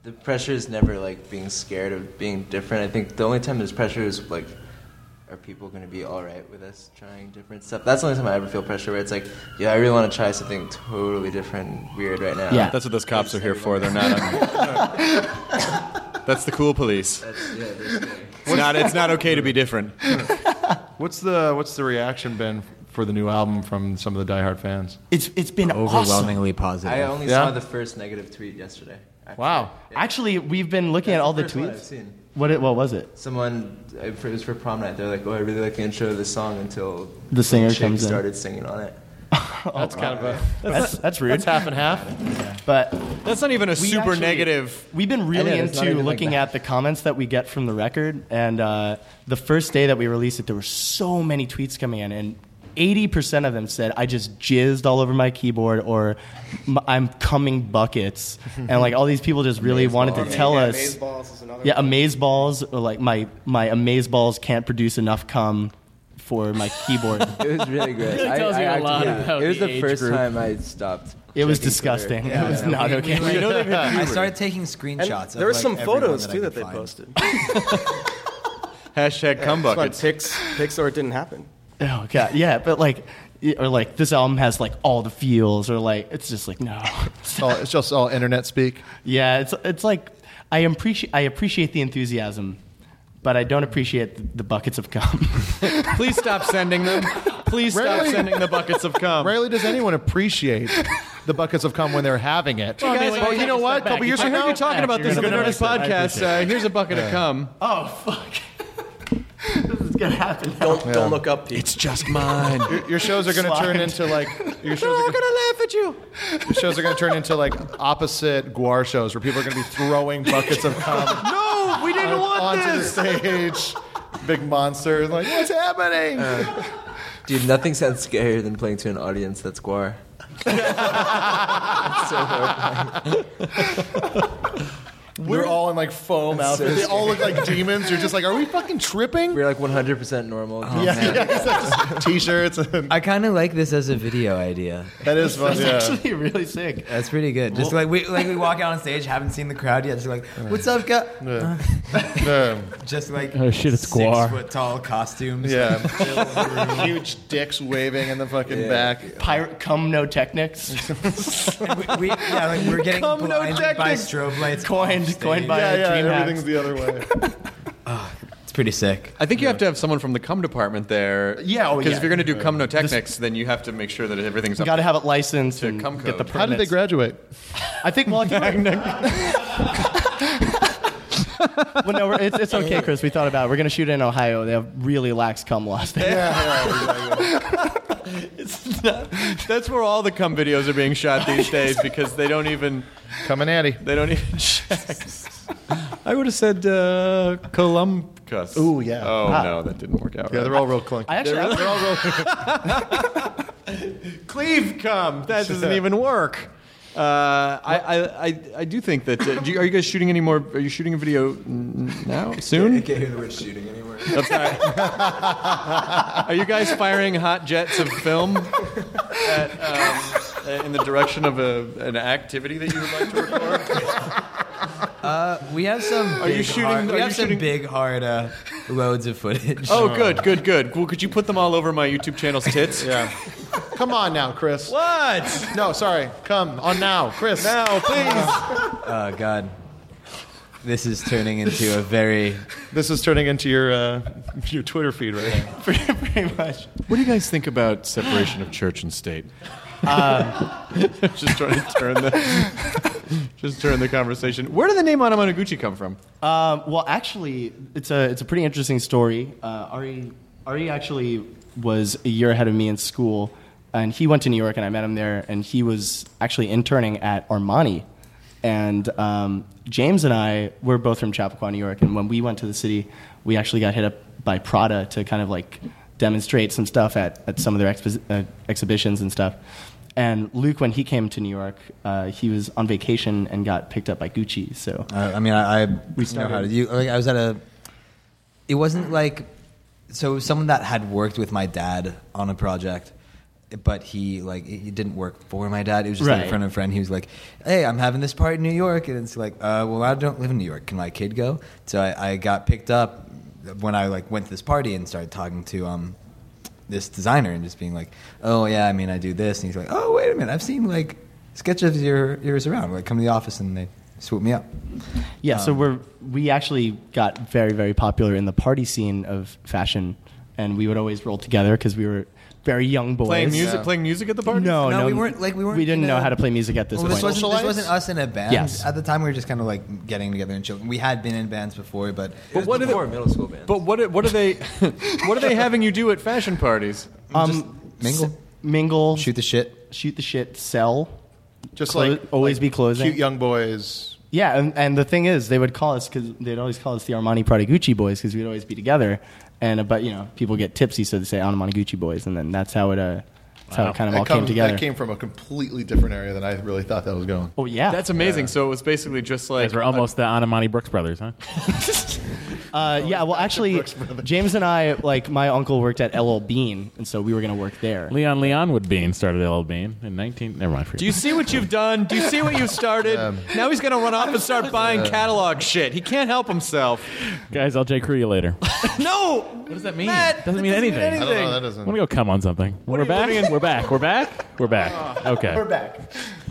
the pressure is never like being scared of being different. I think the only time there's pressure is like, are people going to be all right with us trying different stuff? That's the only time I ever feel pressure where it's like, yeah, I really want to try something totally different, and weird right now. Yeah. That's what those cops are here for. They're not. That's the cool police. That's, yeah, they're scary. It's not. It's not okay to be different. What's the What's the reaction been for the new album from some of the diehard fans? It's it's been Overwhelmingly awesome. positive. I only Yeah? saw the first negative tweet yesterday. Wow. Actually, we've been looking at all the, first one tweets. I've seen. What it, what was it? Someone it was for prom night. They're like, "Oh, I really like the intro of this song until The singer chick comes in. started singing on it." That's kind of a That's that's rude. That's half and half. But That's not even a We super actually- negative. We've been I really know, it's not into even like looking that. at the comments that we get from the record, and uh, the first day that we released it, there were so many tweets coming in, and eighty percent of them said, "I just jizzed all over my keyboard," or "M- "I'm coming buckets," and like all these people just really wanted to Amazeballs. tell Yeah, us, amazeballs is another yeah, one. amaze balls, or like my my amaze balls can't produce enough cum for my keyboard. It was really good. Really tells you a lot about It was the the, age first group. time I stopped. It was checking Twitter. disgusting. Yeah, it was yeah. not We- okay. we, like, I started taking screenshots. And there were of, like, some everyone photos that I too could that they find. posted. Hashtag cum It's on buckets. Pics, pics, or it didn't happen. Oh god, yeah, but like, y- or like this album has like all the feels, or like it's just like no, It's, all, it's just all internet speak. yeah, it's it's like I appreciate I appreciate the enthusiasm, but I don't appreciate the, the buckets of cum. Please stop sending them. Please stop Rarely- sending the buckets of cum. Rarely does anyone appreciate the buckets of cum when they're having it. Well, Guys, well, you know what? A couple years I from heard now, you talking about this on the Nerdist podcast. Uh, here's a bucket of cum. Oh fuck, this is gonna happen. Now. Don't don't look up. People. It's just mine. Your, your shows are going to turn into like your shows are gonna, laugh at you. your shows are going to turn into like opposite Guar shows where people are going to be throwing buckets of cum No, we didn't want onto this. the stage. Big monster, like what's happening? Dude, nothing sounds scarier than playing to an audience that's guar. It's so horrifying. We're all in like foam outfits. they all look like demons. You're just like, are we fucking tripping? We're like 100% normal. Oh, yeah, yeah, it's just t-shirts. And, I kind of like this as a video idea. that is fun. Yeah. actually really sick. That's pretty good. Just like we like we walk out on stage, haven't seen the crowd yet. Just like, what's up, guy? Yeah. Just like Oh, shit, it's six Guar. foot tall costumes. Yeah. Huge dicks waving in the fucking back. Pirate cum no technics, we, we, yeah, like we're getting Come no blinded by tactics. strobe lights. Coined- offstage. coined by- Yeah, yeah, Dream hacks. everything's the other way. It's pretty sick. I think you have to have someone from the cum department there. Yeah, oh, because yeah. if you're going to do cum no technics, then you have to make sure that everything's you up. got to have it licensed To and cum get the code. permits. How did they graduate? I think well, I think we're- well, no, we're, it's, it's okay, Chris. We thought about it. we're gonna shoot it in Ohio. They have really lax cum laws. there. That's where all the cum videos are being shot Oh, these days because they don't even Coming at you. they don't even check. I would have said uh, Columbus. Ooh, yeah. Oh no, that didn't work out. Yeah, right. they're all real clunky. I actually- they're, they're all real. Cleave cum. That doesn't even work. Uh, I, I, I, I do think that. Uh, do you, are you guys shooting any more? Are you shooting a video n- now? I Soon? can't hear the word shooting anywhere. That's all right. Are you guys firing hot jets of film at, um, in the direction of a, an activity that you would like to record? We have some. Are you shooting- Hard, are we have you some shooting- big hard uh, loads of footage. Oh, good, good, good. Well, could you put them all over my YouTube channel's tits? Yeah. Come on now, Chris. What? No, sorry. Come on now, Chris. Now, please. Oh god. This is turning into a very This is turning into your uh, your Twitter feed right now. pretty, pretty much. What do you guys think about separation of church and state? just trying to turn the just turn the conversation. Where did the name Anamanaguchi come from? Um, well, actually, it's a it's a pretty interesting story. Uh, Ari Ari actually was a year ahead of me in school, and he went to New York, and I met him there, and he was actually interning at Armani And um, James and I were both from Chappaqua, New York. And when we went to the city, we actually got hit up by Prada to kind of like demonstrate some stuff at, at some of their expo- uh, exhibitions and stuff. And Luke, when he came to New York, uh, he was on vacation and got picked up by Gucci. So Uh, I, I mean, I, I We know how to. started- You, like, I was at a. It wasn't like, so it was someone that had worked with my dad on a project, but he like he didn't work for my dad. It was just like Right. in front of a friend. He was like, "Hey, I'm having this party in New York," and it's like, uh, "Well, I don't live in New York. Can my kid go?" So I, I got picked up when I like went to this party and started talking to um this designer and just being like, "Oh yeah, I mean, I do this," and he's like, "Oh wait a minute, I've seen like sketches of your yours around. Like come to the office and they swoop me up." Yeah, so Um, we're we actually got very very popular in the party scene of fashion, and we would always roll together because we were very young boys Playing music, playing music at the party. No, Oh, no, we weren't like we weren't. We didn't in know a- how to play music at this Well, point. This wasn't, this wasn't us in a band. Yes. At the time, we were just kind of like getting together and chilling. We had been in bands before, but But what are they, middle school band. But what are- what are they what are they having you do at fashion parties? Um, mingle. mingle, shoot the shit, shoot the shit, sell. Just Clo- like- always like be closing. cute young boys. Yeah, and, and the thing is, they would call us because they'd always call us the Armani Prada Gucci boys because we'd always be together. And uh, but you know, people get tipsy, so they say Armani Gucci boys, and then that's how it. Uh, that's how it kind of That all came comes- together. That came from a completely different area than I really thought that was going. Oh yeah, that's amazing. So it was basically just like Guys, we're almost the Anamani Brooks brothers, huh? Uh, yeah, well, actually, James and I, like, my uncle worked at LL Bean, and so we were going to work there. Leon Leon would Bean started LL Bean in 19. Never mind. Do you see what you've done? Do you see what you've started? now he's gonna run off and start buying catalog shit. He can't help himself. Guys, I'll J. Crew you later. no. What does that mean? doesn't mean anything. anything. I don't know, that I'm gonna go come on something. We're back. We're back. We're back. We're back. Okay. We're back.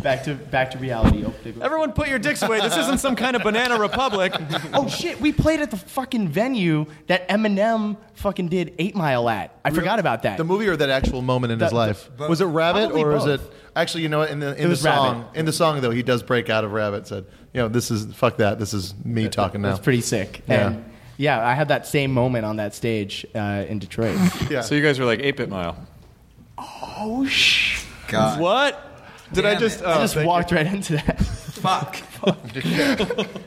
Back to back to reality. Oh, Everyone, put your dicks away. This isn't some kind of banana republic. oh, shit, we played at the fucking venue that Eminem fucking did 8 Mile at. I forgot about that. The movie or that actual moment in his The- life? the- was it Rabbit Probably or was it both. actually? You know what? In the It in the was song, Rabbit. in the song though, he does break out of Rabbit. Said, you know, this is fuck that. This is me talking now. That's pretty sick. Yeah. And yeah, I had that same moment on that stage uh, in Detroit. yeah. So you guys were like eight bit mile. Oh, shit. God. What? Did I Damn just? it. oh, I just thank walked right into that. Fuck.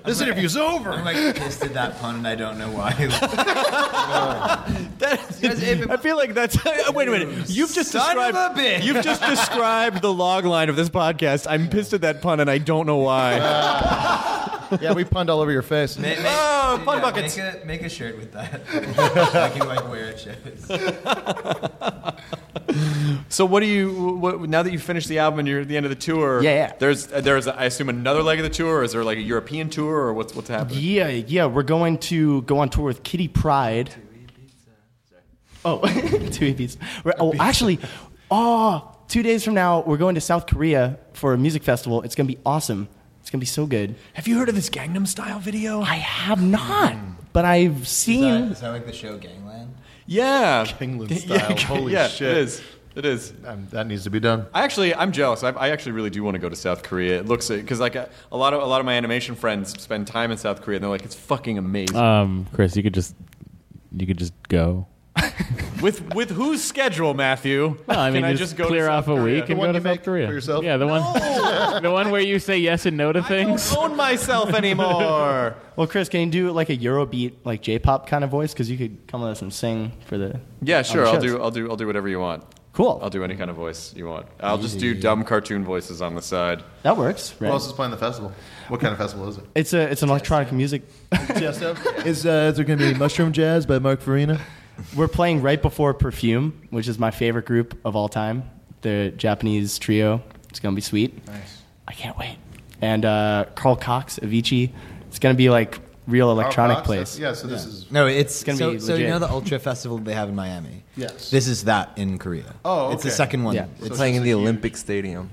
this interview's over. I'm like pissed at that pun, and I don't know why. you. I feel like that's. wait a minute. You've just Son of described. a bitch. You've just described the log line of this podcast. I'm pissed at that pun, and I don't know why. yeah, we punned all over your face. Make- make- Oh, fun yeah, buckets. Make a, make a shirt with that. like you like wear it shows. So what do you? What, now that you finished the album and you're at the end of the tour, Yeah, yeah. There's there's I assume another leg of the tour. Or is there like a European tour or what's what's happening? Yeah, yeah, we're going to go on tour with Kitty Pride. Oh, two EPs. We're- Oh, actually, oh, two days from now, we're going to South Korea for a music festival. It's going to be awesome. It's going to be so good. Have you heard of this Gangnam Style video? I have not, but I've seen. Is that like the show Gangland? Yeah, England style. Holy yeah, shit! It is. It is. Um, that needs to be done. I actually, I'm jealous. I, I actually really do want to go to South Korea. It looks because like a, a lot of a lot of my animation friends spend time in South Korea, and they're like, it's fucking amazing. Um, Chris, you could just you could just go. with with whose schedule, Matthew? No, I mean, Can I just, just go to clear South off a Korea? week The and one go to you South make Korea for yourself? Yeah, the one, the one where you say yes and no to things. I don't own myself anymore. Well, Chris, can you do like a Eurobeat, like J-pop kind of voice? Because you could come with us and sing for the. Yeah, on the sure. I'll shows. do. I'll do. I'll do whatever you want. Cool. I'll do any kind of voice you want. I'll just do dumb cartoon voices on the side. That works. Who Right? else is playing the festival? What kind of festival is it? it's a it's an electronic music. Is, uh, is there going to be Mushroom Jazz by Mark Farina? We're playing right before Perfume, which is my favorite group of all time. The Japanese trio. It's gonna be sweet. Nice. I can't wait. And uh, Carl Cox, Avicii. It's gonna be like real electronic place. Yeah, so this is. No, it's, gonna so, be so you legit. know the Ultra Festival they have in Miami. Yes. This is that in Korea. Oh, it's the okay. second one. Yeah. It's It's playing in the Olympic Stadium.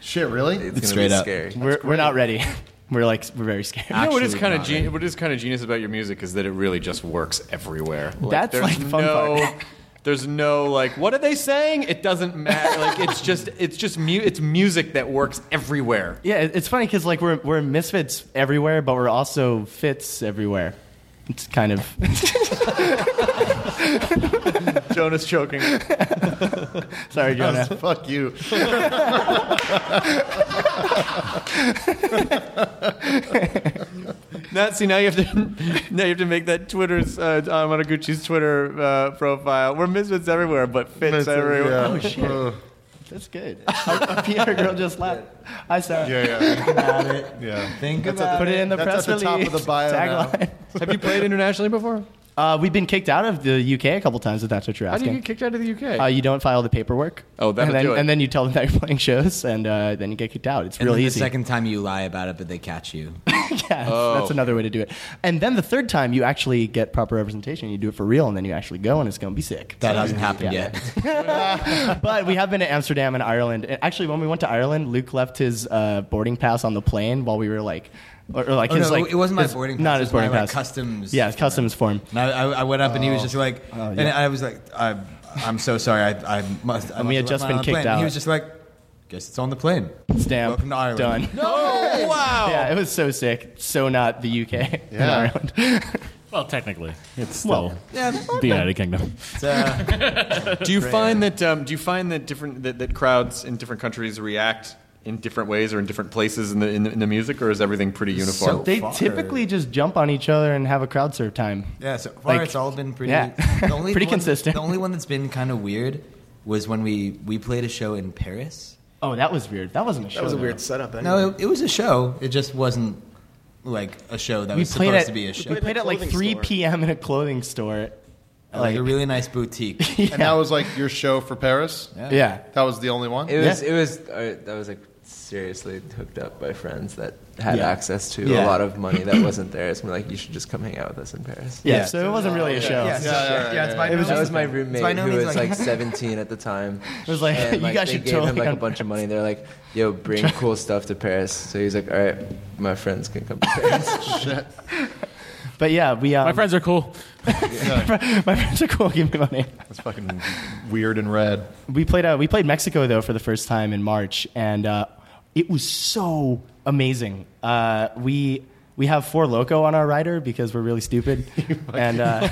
Shit, really? It's, gonna straight be up. scary. We're, we're not ready. we're like we're very scared. You know what is Actually kind of not. gen- what is kind of genius about your music is that it really just works everywhere. That's, like, the fun no, part. There's no like, what are they saying? It doesn't matter. Like it's just it's just mu- it's music that works everywhere. Yeah, it- it's funny because like we're we're misfits everywhere, but we're also fits everywhere. It's kind of Jonah's choking. Sorry, Jonah. That's- fuck you. Now, see, now you have to now you have to make that Twitter's uh, uh, Managuchi's Twitter uh, profile. We're misfits everywhere, but fits Misfits, everywhere. yeah. Oh, shit. Ugh. that's good. Peter Girl just laughed. I saw. Yeah, yeah. Yeah. Think That's about at the- Put it in the that's press at the top release. of the bio now. Tagline. Have you played internationally before? Uh, we've been kicked out of the UK a couple times. If that's what you're How do asking. you get kicked out of the UK? Uh, you don't file the paperwork. Oh, that'll and then, do it. And then you tell them that you're playing shows, and uh, then you get kicked out. It's And real then easy. The second time you lie about it, but they catch you. yeah, Oh. that's- that's another way to do it. And then the third time, you actually get proper representation. You do it for real, and then you actually go, and it's going to be sick. That hasn't happened Yeah. yet. but we have been to Amsterdam and Ireland. And actually, when we went to Ireland, Luke left his uh, boarding pass on the plane while we were like, or, or like Oh, his no, like it wasn't my his- boarding pass, not it his was my, boarding like, pass, customs Yeah, his customs form. And I, I, I went up and he was Oh. just like, Oh, and yeah. I was like, I, I'm so sorry. I, I must. I And we must have left had just mine been on the kicked plane. And out. He was just like, guess it's on the plane. Stamp. Welcome to Ireland. Done. Oh, wow. Yeah, it was so sick. So not the UK. and Yeah. Ireland. Well, technically, it's Well, still yeah, the United Kingdom. uh, do you Right. find that um, do you find that different that, that crowds in different countries react in different ways or in different places in the in the, in the music, or is everything pretty uniform? they typically just jump on each other and have a crowd surf time. Yeah, so far Like, it's all been pretty. yeah. the only Pretty one- consistent. The only one that's been kind of weird was when we we played a show in Paris. Oh, that was weird. That wasn't a show. was a though. weird setup, No, it, it was a show. It just wasn't like a show that we was played supposed at, to be a show. We played at like 3 p.m. in a clothing store. Like, a really nice boutique. Yeah. And that was like your show for Paris. Yeah. Yeah. That was the only one. It was it was uh, that was like seriously hooked up by friends that had Yeah. access to Yeah. a lot of money that wasn't theirs. And we're like, you should just come hang out with us in Paris. Yeah, Yeah. so it wasn't really a Yeah, show. Yeah, Yeah, yeah, yeah, yeah, it's by It was no that was means- my it's roommate by no who means was like- like 17 at the time. It was like, And, you guys they should gave him totally like a un- bunch of money. They're like, yo, bring cool stuff to Paris. So he's like, all right, my friends can come to Paris. But yeah, we. Um, My friends are cool. my friends are cool. Give me money. That's fucking weird and red. We played. Uh, we played Mexico though for the first time in March, and uh, it was so amazing. Uh, we we have four loco on our rider because we're really stupid, and uh,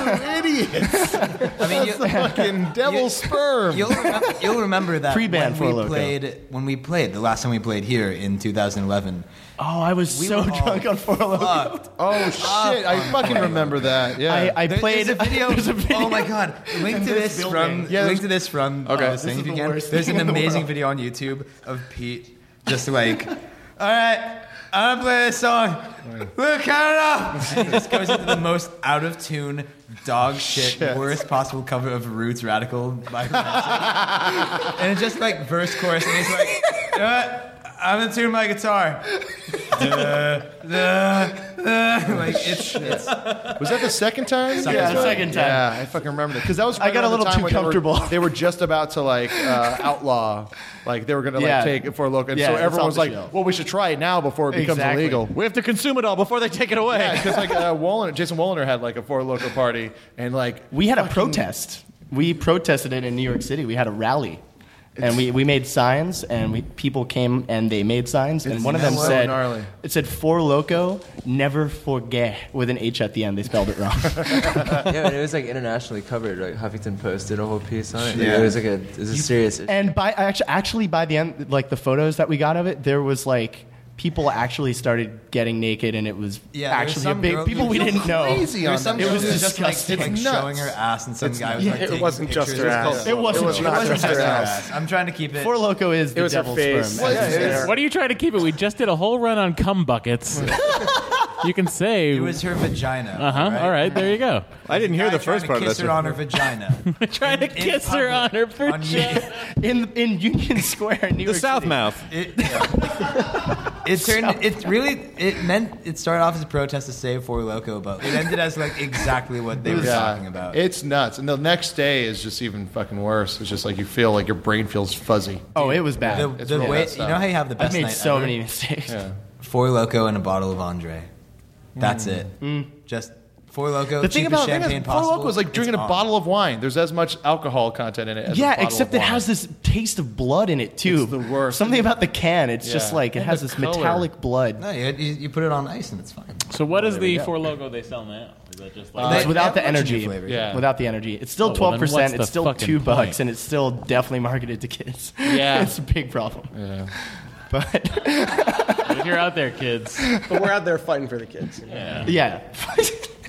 idiots. I mean, you, fucking devil sperm. You'll remember, you'll remember that Pre-ban when for we Loco. played when we played the last time we played here in 2011. oh, I was We so were all drunk on four loco. Oh shit! I fucking remember that. Yeah, I, uh, I There- played there's a video. there's a video. Oh my god! Link In to this this, building. from Yeah, link to this from Okay. okay. This is thing if the you can. worst There's thing an in the amazing world. video on YouTube of Pete just like, all right, I'm gonna play this song. Look, count it up. And he just goes into the most out of tune, dog shit, worst possible cover of Roots Radical by Rancid. and it's just like verse chorus, and he's like, you know what? I'm gonna tune my guitar. Duh, duh, duh. Like it's, it's was that the second time? Second Yeah, time. second time. Yeah, I fucking remember that because that was. I right got a around the little time too when they were- comfortable. They were, just about to like uh, outlaw, like they were gonna like Yeah. take it for a look, and Yeah, so it's everyone off was the like, shelf. "Well, we should try it now before it becomes Exactly. illegal." We have to consume it all before they take it away. Yeah, because like uh, Wallin, Jason Walliner had like a four local party, and like We had a protest. We protested it in New York City. We had a rally. And we, we made signs, and we, people came and they made signs, and It's one of them so said, gnarly. "It said for loco, never forget," with an H at the end. They spelled it wrong. yeah, and it was like internationally covered. Like Huffington Post did a whole piece on it. Like, Yeah. it was like a, it was a serious issue. and by actually, actually, by the end, like the photos that we got of it, there was like people actually started getting naked, and it was Yeah, there was actually a some big girl- people we there was didn't know. crazy There was on some that girl it was who was just, like, disgusting. like, It's showing nuts. her ass, and some It's- guy was, yeah, like, it taking wasn't just pictures. her It was ass. called- It wasn't It was just not her just ass. her ass. I'm trying to keep it. Four Loco is the devil's sperm. as you say. What are you trying to keep it? We just did a whole run on cum buckets. you can say It was her vagina. Uh huh. All right, there you go. I didn't hear the first part of Kiss this. her on her vagina. Trying to kiss her on her vagina. in in Union Square, in New York City. mouth. It, yeah. it turned. It really. It meant. It started off as a protest to save Four Loco, but it ended as like exactly what they were Yeah. talking about. It's nuts. And the next day is just even fucking worse. It's just like you feel like your brain feels fuzzy. Oh, it was bad. The, It's the really way, bad you stuff. know how you have the I've best made night so ever? many mistakes. Yeah. Four Loco and a bottle of Andre. That's Mm. it. Just Four Loco, the thing cheapest about champagne it is, possible. Four Loko is like it's drinking a on. bottle of wine. There's as much alcohol content in it. as a yeah, bottle except of it has this taste of blood in it too. It's the worst. Something about the can. It's just Yeah. like it And has the this color. metallic blood. No, you, you, you put it on ice and it's fine. So what is There we the go. four logo they sell now? Is that just Uh, like it's without the have much in energy. your flavors. Yeah. Yeah. Without the energy. It's Oh, still well, twelve then what's percent. the It's still fucking two point? bucks, and it's still definitely marketed to kids. Yeah. it's a big problem. Yeah. But if you're out there, kids. But we're out there fighting for the kids. you know? Yeah.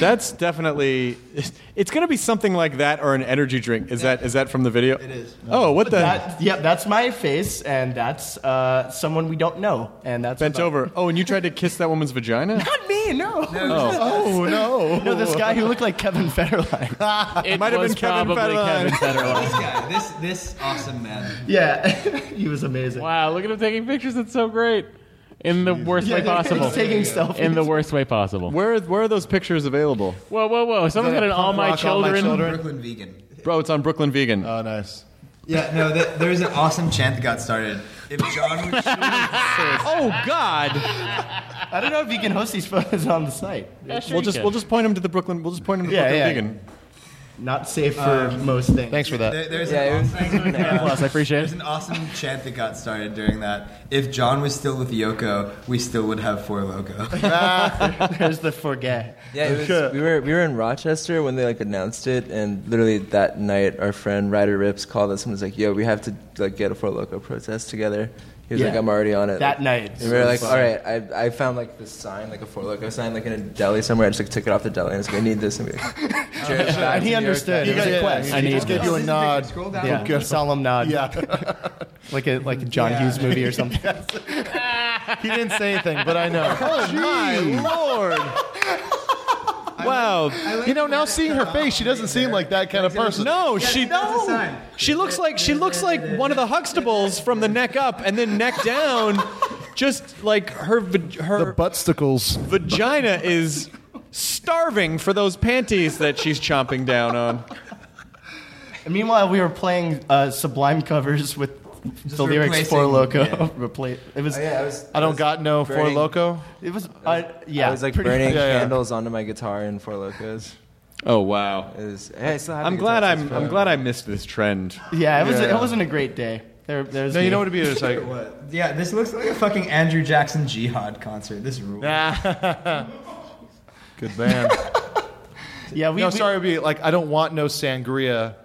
That's definitely. It's going to be something like that or an energy drink. Is that is that from the video? It is. Oh, what the? That, yeah, that's my face, and that's uh, someone we don't know, and that's bent over. Oh, and you tried to kiss that woman's vagina? Not me, no. Oh. Oh, no. No, this guy who looked like Kevin Federline. It Might have was been Kevin probably Federline. Kevin this guy, this this awesome man. yeah, he was amazing. Wow, look at him taking pictures. That's so great. In the worst Yeah, way he's possible. taking selfies. In the worst way possible. Where are, where are those pictures available? Whoa, whoa, whoa! Someone's got an all my children. Brooklyn vegan. Bro, it's on Brooklyn Vegan. Uh, Oh, nice. Yeah, no, th- there's an awesome chant that got started. If John was oh God! I don't know if you can host these photos on the site. Yeah, sure we'll you just can. we'll just point him to the Brooklyn. We'll just point him to Yeah, Brooklyn yeah. Vegan. Not safe for most things. Thanks for There- that. there's Yeah, it an awesome, Plus, I appreciate there's it. an awesome chant that got started during that. If John was still with Yoko, we still would have four loco. There's the forget. Yeah, it was, we were we were in Rochester when they like announced it, and literally that night, our friend Ryder Rips called us and was like, "Yo, we have to like get a Four Loco protest together." He was Yeah. like, "I'm already on it." That Like, night. and we were like, "All right, I, I found like this sign, like a Four Loco sign, like in a deli somewhere. I just like took it off the deli and was like, I need this." And we like, cheers back And to New he York understood. back. It was a yeah, quest. he just gave you a nod. Scroll down. Yeah, a solemn nod. Yeah. like a like a John Hughes movie or something. He didn't say anything, but I know. oh my lord! Wow. you know, now seeing her face, she doesn't seem like that kind of person. No, she that's a sign. She looks like she looks like one of the Huxtables from the neck up and then neck down. Just like her va- The her buttsticles. vagina is starving for those panties that she's chomping down on. And meanwhile, we were playing uh, Sublime covers with the lyrics for replacing- Loco. yeah. Repla- it was. Oh, yeah, I was. I don't got no four Burning. loco. It was. Uh, yeah. I was like pretty- burning yeah. candles onto my guitar in Four Locos. Oh wow! It was, hey, I still have I'm the glad guitar, so I'm it's I'm fine. glad I missed this trend. Yeah. It was. Yeah. It wasn't a great day. There. There's. No, you me. know what it'd be? It's like What? Yeah, this looks like a fucking Andrew Jackson jihad concert. This rules. good band. Yeah. We. no, we- sorry, it'd be like I don't want no sangria.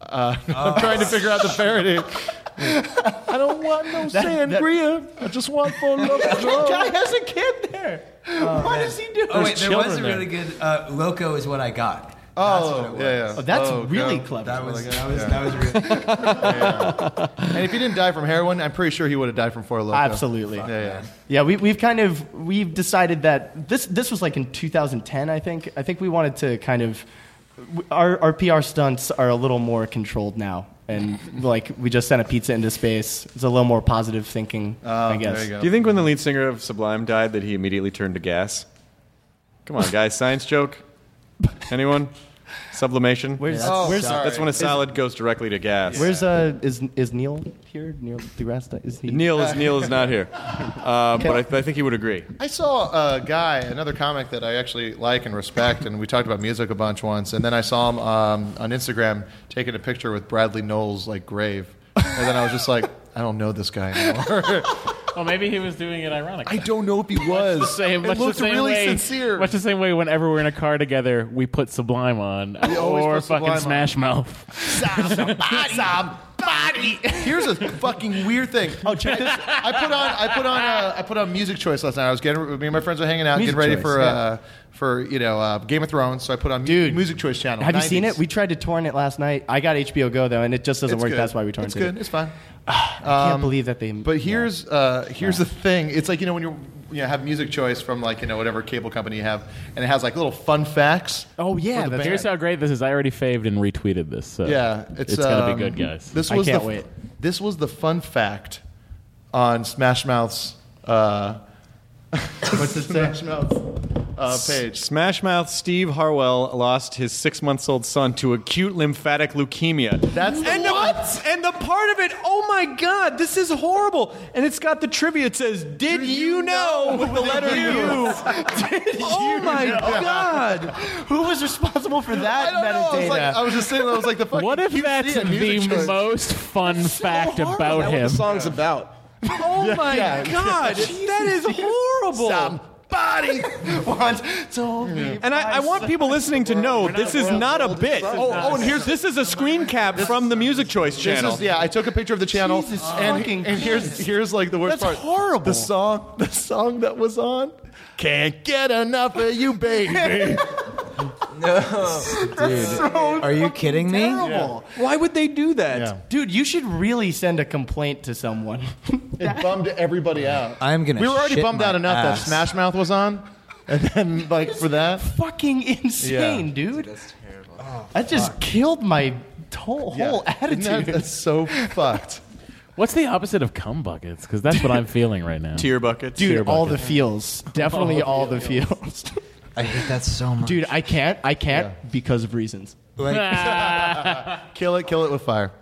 Uh, Oh. I'm trying to figure out the parody. I don't want no That- that- sangria. I just want four loco. guy has a kid there. what is he doing? Oh wait, there was a children there. really good uh, loco is what I got. Oh, yeah, yeah. Oh, that's Oh, really God. clever. That was that was that was really. And if he didn't die from heroin, I'm pretty sure he would have died from four loco. Absolutely. Yeah, yeah. Yeah, we, we've kind of we've decided that this this was like in 2010, I think. I think we wanted to kind of our our PR stunts are a little more controlled now, and like we just sent a pizza into space. It's a little more positive thinking, I guess. Oh, There you go. Do you think when the lead singer of Sublime died that he immediately turned to gas? Come on, guys. Science joke? Anyone? Sublimation? Where's Oh, where's sorry. That's when a salad goes directly to gas. where's uh is is Neil here? Neil deGrasse is he? Neil is Neil is not here, uh, but I, I think he would agree. I saw a guy, another comic that I actually like and respect, and we talked about music a bunch once. And then I saw him um, on Instagram taking a picture with Bradley Knowles' like grave, and then I was just like, I don't know this guy anymore. Oh, maybe he was doing it ironically. I don't know if he was. the same, it much looked the same really way, sincere. Much the same way. Whenever we're in a car together, we put Sublime on always or put Sublime fucking on. Smash Mouth. Here's a fucking weird thing. Oh, check this. I put on I put on uh, I put on music choice last night. I was getting me and my friends were hanging out, Music getting ready Choice, for yeah. uh, for you know uh, Game of Thrones. So I put on mu- Dude. music choice channel. Have you seen 90s. it? We tried to torrent it last night. I got HBO Go though, and it just doesn't It's work. good. That's why we torrented It's good. it. It's fine. I Um, can't believe that they. But here's uh, here's the thing. It's like you know when you're you know, have music choice from like you know whatever cable company you have, and it has like little fun facts. Oh yeah, the that's band. Here's how great this is. I already faved and retweeted this. So Yeah, it's, it's, gonna um, be good, guys. This I was can't the, wait. This was the fun fact on Smash Mouth's. Uh, What's it say? Smash Mouth. uh, page. Smash Mouth Steve Harwell lost his six months old son to acute lymphatic leukemia. That's and what? and the part of it, oh my God, this is horrible. And it's got the trivia. It says, Did you know with the letter U? oh my God. Who was responsible for that I metadata? was like- I was just sitting there, I was like, the fucking What if QC that's and music the choice. most fun fact Is about that what him? the song's about? Oh my yeah. God, that is horrible. Somebody wants to be And I, I want people listening to know this is not a bit. Oh, oh, and here's this is a screen cap from the Music Choice This channel. is- yeah, I took a picture of the channel, and, and here's here's like the worst That's part. horrible. The song, the song that was on. Can't get enough of you, baby. Dude, are you kidding me? Why would they do that? Dude, you should really send a complaint to someone. it bummed everybody out. I'm gonna. we were already shit bummed out my enough ass. that Smash Mouth was on, and then like for that, Fucking insane, Yeah. dude. That's terrible. That just killed my whole, whole Yeah. Isn't attitude. that- that's so fucked. What's the opposite of cum buckets? Because that's what I'm feeling right now. Tear buckets. Dude, Tear all the bucket. feels. Definitely all All the feels. I hate that so much. Dude, I can't. I can't because of reasons. kill it, kill it with fire.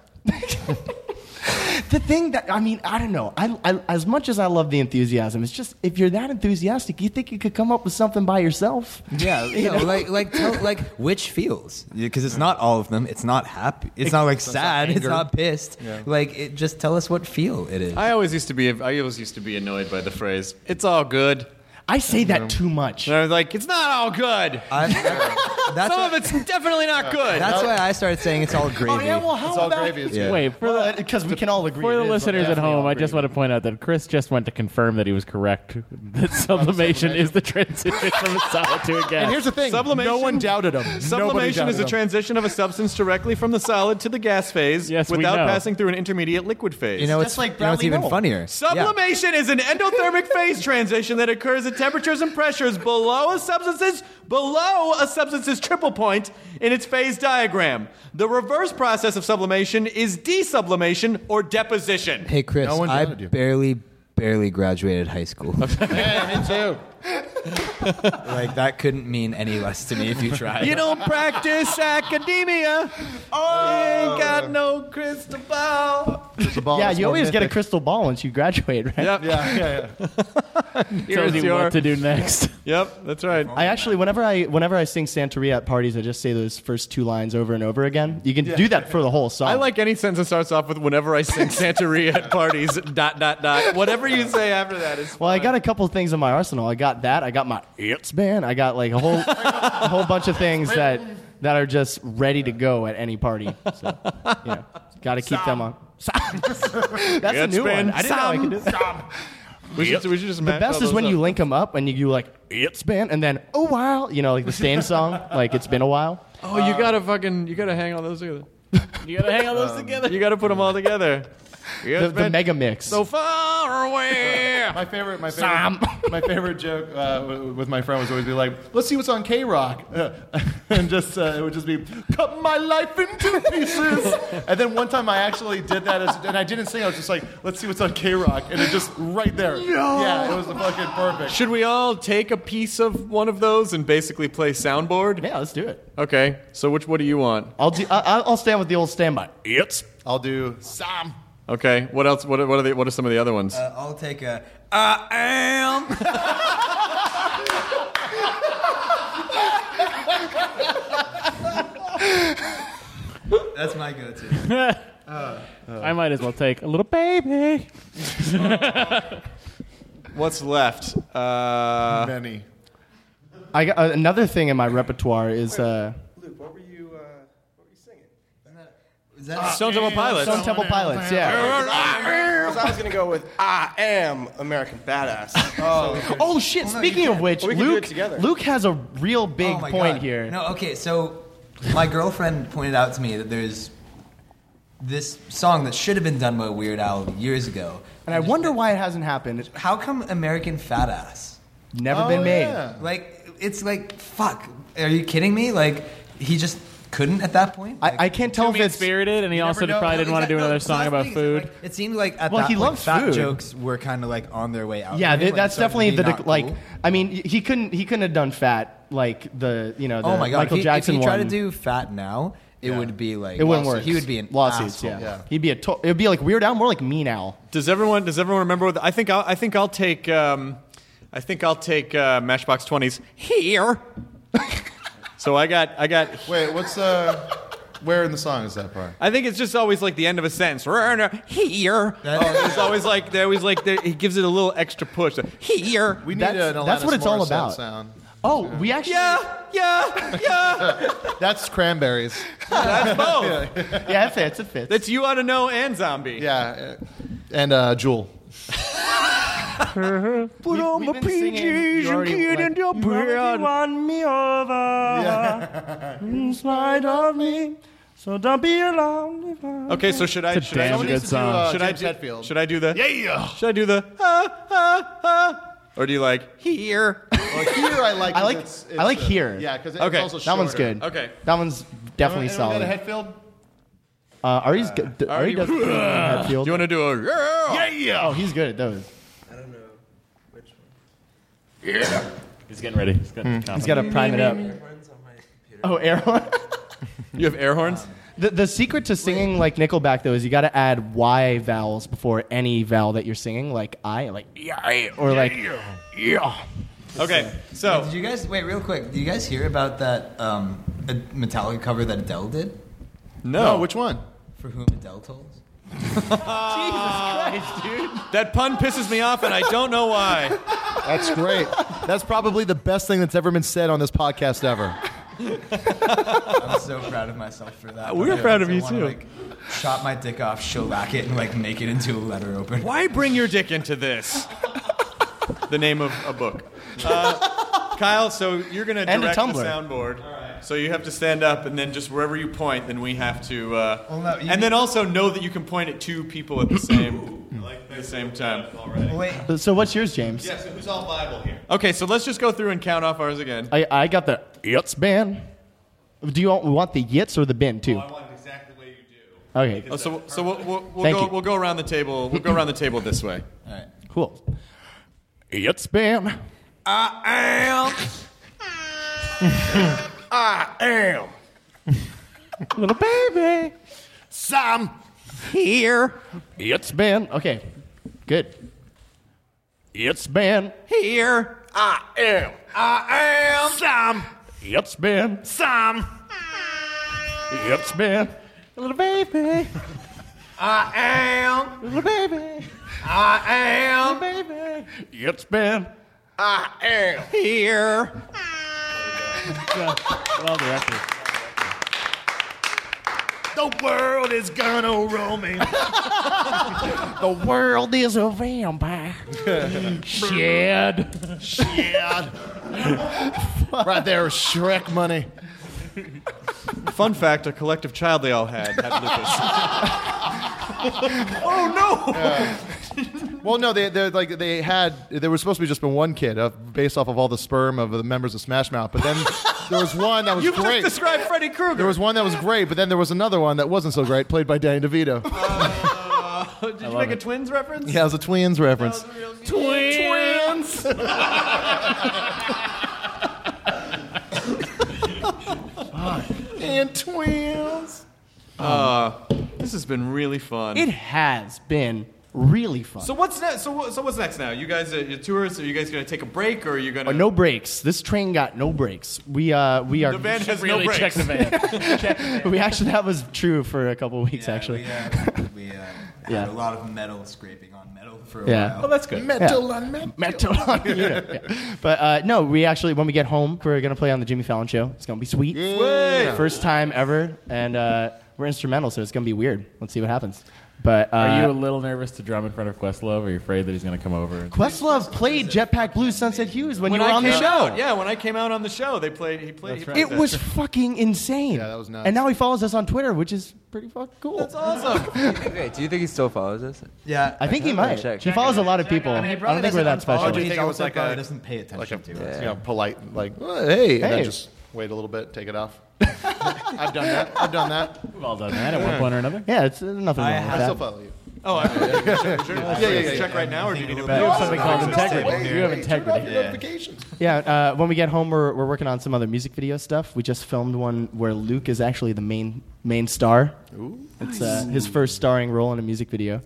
The thing that I mean, I don't know. I, I as much as I love the enthusiasm, it's just if you're that enthusiastic, you think you could come up with something by yourself. Yeah, You no, know? like like tell, like which feels because it's not all of them. It's not happy. It's not like sad. it's anger. not pissed. Like it, just tell us what feel it is. I always used to be. I always used to be annoyed by the phrase "It's all good." I say that too much. And I was like, "It's not all good. I- I- that's Some why, of it's definitely not good." that's why I started saying it's all gravy. Oh yeah, well, how It's all about gravy. It's Yeah. Wait, for the, because we can all agree. for it the is listeners at definitely home, all I just gravy. want to point out that Chris just went to confirm that he was correct. That sublimation is the transition from a solid to a gas. And here's the thing: Sublimation- no one doubted him. Sublimation is a trans. transition of a substance directly from the solid to the gas phase Yes, we without know. passing through an intermediate liquid phase. you know, Just it's like you know, it's Bradley even Noel. funnier. Sublimation is an endothermic phase transition that occurs at temperatures and pressures below a substance's below a substance's triple point in its phase diagram. The reverse process of sublimation is desublimation or deposition. Yeah. Hey Chris, No one I doubted you. barely barely graduated high school. Yeah, me too. like that couldn't mean any less to me if you tried. You don't practice academia. Oh, ain't got no crystal ball. The ball Yeah, is you more always get a mythic. crystal ball once you graduate, right? Yep. Yeah, yeah, yeah. tells you your- what to Oh. do next. Yep, that's right. I actually, whenever I whenever I sing Santeria at parties, I just say those first two lines over and over again. You can do that for the whole song. I like any sentence that starts off with whenever I sing Santeria at parties, dot, dot, dot. Whatever you say after that is. Well, I got a couple things in my arsenal. I got that. I got my it's man. I got like a whole a whole bunch of things that that are just ready to go at any party. So, you know, got to keep them on. That's a It's new one. been I didn't know I could do that. We should, we should just The best is when you link them up and you, you like it's been and then oh while you know like the same song like it's been a while. Oh, you gotta fucking, you gotta hang all those together. You gotta hang all Um, those together. You gotta put them all together. The, the mega mix. so far away. My favorite, my favorite, my favorite joke uh, w- with my friend was always be like, "Let's see what's on K Rock," and just uh, it would just be, "Cut my life into pieces." and then one time I actually did that, as, and I didn't sing. I was just like, "Let's see what's on K Rock," and it just right there. Oh. Yeah, it was fucking perfect. Should we all take a piece of one of those and basically play soundboard? yeah, let's do it. Okay. So which what do you want? I'll do. I, I'll- I'll stand with the old standby. It's I'll do Sam. Okay. What else? What, are- what are the, What are some of the other ones? Uh, I'll take a. I am. That's my go-to. I might as well take a little baby. What's left? Uh, Many. I got, uh, another thing in my repertoire is. Uh, Luke, what were you, uh, what were you singing? Is that Stone Temple Pilots. Stone Temple Pilots, yeah. Because I was going to go with I am American Badass. Oh, Oh shit! Speaking of which, We can do it Luke, together. Luke has a real big Oh my point God. here. No, okay, so my girlfriend pointed out to me that there's this song that should have been done by Weird Al years ago. And I wonder why it hasn't happened. It's How come American Fat Ass? never Oh, been made. yeah. Like, it's like, fuck, are you kidding me? Like, he just couldn't at that point. I, I can't tell if it's spirited, and he never also know. probably didn't No, want to exact- do no, another that's the song thing about is that, food. like, it seemed like at Well, that he point, loves fat food. jokes were kind of like on their way out. yeah, for him, th- like, that's starting to definitely be the not dec- like. cool. I mean, y- he couldn't he couldn't have done fat like the you know the oh my god, Michael if he, Jackson If he tried one. to do fat now, it would be like it wouldn't lawsuit. work. He would be an lawsuits. asshole. Yeah. he'd be a to- it'd be like Weird Al, more like Mean Al. Does everyone does everyone remember? What, I think I'll, I think I'll take um, I think I'll take uh, Matchbox Twenties here. so I got I got. Wait, what's uh, where in the song is that part? I think it's just always like the end of a sentence. Here, oh, it's always like they always like they, he gives it a little extra push. Here, We need That's- an that's Alanis what it's all Morissette about. Sound. Oh, we actually yeah yeah yeah. That's cranberries. That's both. yeah, it fits. It fits. That's you ought to know and zombie. Yeah, and uh, Jewel. Put on my PJs and get in your bed. Won me over in spite of me. So don't be alarmed. Okay, so should I? It's a should I, damn Someone good needs to do, song. uh, should James I do? Hetfield. Should I do the? Yeah. Should I do the? Ah, ah, ah, or do you like? Here. Well, here I like. I 'cause like it's- I it's, like uh, here. Yeah, because okay, it's also that one's shorter. good. that one's definitely Anyone got a solid. Hetfield? Uh, Ari's good. Ari, does good on Do Hetfield. you want to do a? Yeah. Oh, he's good at those. He's getting ready. He's, getting Hmm. He's got to prime it up. Oh, air horn. You have air horns. The, the secret to singing like Nickelback though is you got to add y vowels before any vowel that you're singing, like I, like yeah, or like yeah. Okay, so Did you guys wait real quick? Did you guys hear about that um, Ad- Metallica cover that Adele did? No, which one? For whom Adele tolls? Jesus Christ, dude! that pun pisses me off, and I don't know why. That's great. That's probably the best thing that's ever been said on this podcast ever. I'm so proud of myself for that. We're Like, proud of I you, wanna, too. Like, chop my dick off, shellac it, and like make it into a letter opener. Why bring your dick into this? the name of a book. Uh, Kyle, so you're gonna And a direct the tumbler. soundboard. So you have to stand up, and then just wherever you point, then we have to. Uh, Well, no, you- and then also know that you can point at two people at the same the same time. Wait, So what's yours, James? so who's all viable here? Okay, so let's just go through and count off ours again. I I got the yitz ban. Do you want, want the yitz or the bin too? want exactly what you do. Okay, Oh, so so we'll, we'll, we'll Thank go you. we'll go around the table. We'll go around the table this way. cool. Yitz ban. I am. little baby. Sam here. It's been okay. Good. It's been here. I am. I am Sam. It's been Sam. It's been little baby. I am little baby. I am baby. It's been I am here. well directed. The world is gonna roll me. the world is a vampire. Shed. Yeah. right there, was Shrek money. Fun fact: a collective child they all had had lupus. Well, no, they they like they had there was supposed to be just been one kid uh, based off of all the sperm of the members of Smash Mouth, but then there was one that was You great. just described Freddy Krueger. there was one that was great, but then there was another one that wasn't so great, played by Danny DeVito. Did you make a twins reference? Yeah, it was a twins reference. Twins. and twins. This has been really fun. It has been really fun. so what's next? So, what- so what's next now? You guys, uh, your tours? Are you guys gonna take a break, or are you gonna? Oh, Uh, no brakes. This train got no brakes. We uh we are The van has Really no check brakes. the van. we actually that was true for a couple of weeks Yeah, actually. we, uh, we uh, had a Yeah. lot of metal scraping on metal for a Yeah. while. Oh, that's good. Metal on metal. Metal on the unit. Yeah. But uh, no, we actually when we get home, we're gonna play on the Jimmy Fallon show. It's gonna be sweet. Way. First time ever, and uh, we're instrumental, so it's gonna be weird. Let's see what happens. But uh, Are you a little nervous to drum in front of Questlove? Are you afraid that he's going to come over? and- Questlove played Jetpack Blues Sunset Hughes when, When you were I on the came show. out, yeah, when I came out on the show, they played. He played. he That's right. played It that. was fucking insane. Yeah, that was nuts. And now he follows us on Twitter, which is pretty fucking cool. That's awesome. Wait, do you think he still follows us? Yeah, I think he might. check. He follows a lot of people. I don't think we're that special. you think it was like a- doesn't pay attention Like a to us. you know, polite, like, "Well, hey, and Hey. then just wait a little bit, take it off. I've done that. I've done that. We've all done that at one point or another. Yeah, it's there's nothing wrong with I that. still follow you. Oh, I- Yeah, sure, sure. yeah, yeah, yeah. Check right now, or do you need to- No, You have I something don't called know. Just say, integrity. wait, You have wait, turn integrity. off your Yeah. notifications. Yeah, uh, when we get home, we're, we're working on some other music video stuff. We just filmed one where Luke is actually the main main star. Ooh. It's uh, Nice. his first starring role in a music video.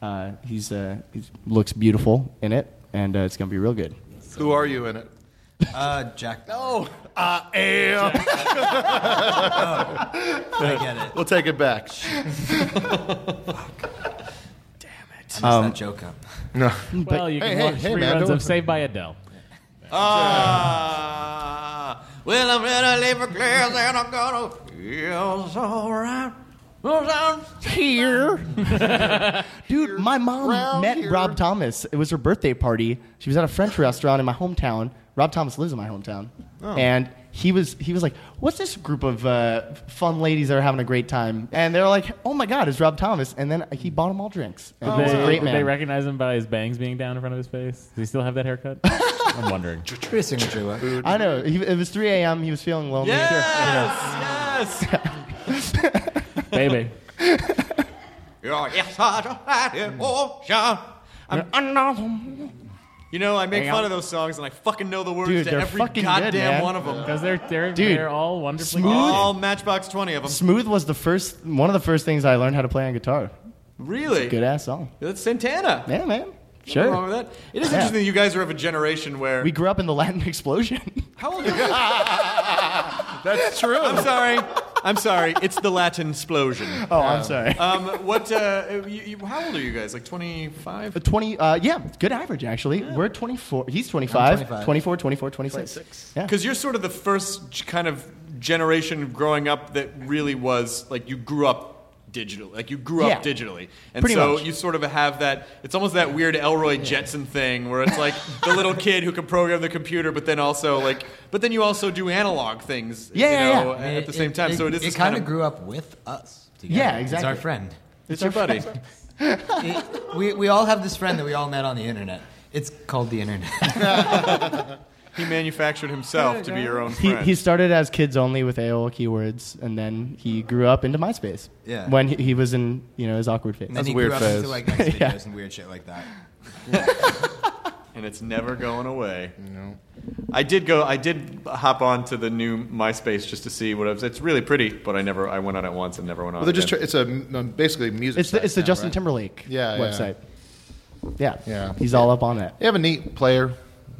Uh, he's uh, he looks beautiful in it, and uh, it's gonna be real good. Who are you in it? Uh, Jack. No, I am. I get it. We'll take it back. I messed Um, that joke up. No. Well, you Hey, can hey, watch hey, man, reruns don't- of Saved by Adele. Ah. Well, I'm gonna leave a glass and I'm gonna feel so right. Well, I'm here. Dude, my mom Round met here. Rob Thomas. It was her birthday party. She was at a French restaurant in my hometown. Rob Thomas lives in my hometown, Oh. and he was he was like, "What's this group of uh, fun ladies that are having a great time?" And they're like, "Oh my God, it's Rob Thomas!" And then he bought them all drinks. Did, And he they, was a great did man. they recognize him by his bangs being down in front of his face? Does he still have that haircut? I'm wondering. I know. He, it was 3 a.m. He was feeling lonely. Yes. Yes. Baby. Yeah, yes, I don't like it. Oh, yeah. I'm- You know, I make Hang fun on. of those songs, and I fucking know the words Dude, to they're every fucking good, goddamn man. one of them. Because they're they're, Dude, they're all wonderfully smooth. all Matchbox Twenty of them. Smooth was the first one of the first things I learned how to play on guitar. Really? Good ass song. That's Santana. Yeah, man. Nothing Sure. wrong with that. It is Yeah. interesting that you guys are of a generation where We grew up in the Latin explosion. How old are you? That's true. I'm sorry. I'm sorry. It's the Latin explosion. Oh, I'm sorry. Um, what? Uh, you, you, how old are you guys? Like 25? Uh, 20 uh, yeah, good average actually. We're 24. He's 25, 25. 24, 24, 26. Yeah. Because you're sort of the first g- kind of generation growing up that really was like you grew up digitally. Like you grew up Yeah. digitally. And Pretty so much. you sort of have that it's almost that weird Elroy Jetson thing where it's like the little kid who can program the computer but then also like but then you also do analog things Yeah, you yeah, know yeah. at It- the same it- time. so it it- is it this kinda kind of grew up with us together. Yeah, It's exactly. our friend. It's your buddy. It- we, we all have this friend that we all met on the internet. It's called the internet. he manufactured himself to be your own He, friend. he started as kids only with AOL keywords, and then he grew up into MySpace. Yeah. When he, he was in, you know, his awkward phase. And then he grew up into like next videos and weird shit like that. and it's never going away. I did go. I did hop on to the new MySpace just to see what it was. It's really pretty, but I never. I went on it once and never went on. Well, they're just. again. Tr- it's a m- basically music. It's the, site it's the now, Justin right? Timberlake Yeah, yeah. website. Yeah. Yeah. He's all up on that. They have a neat player.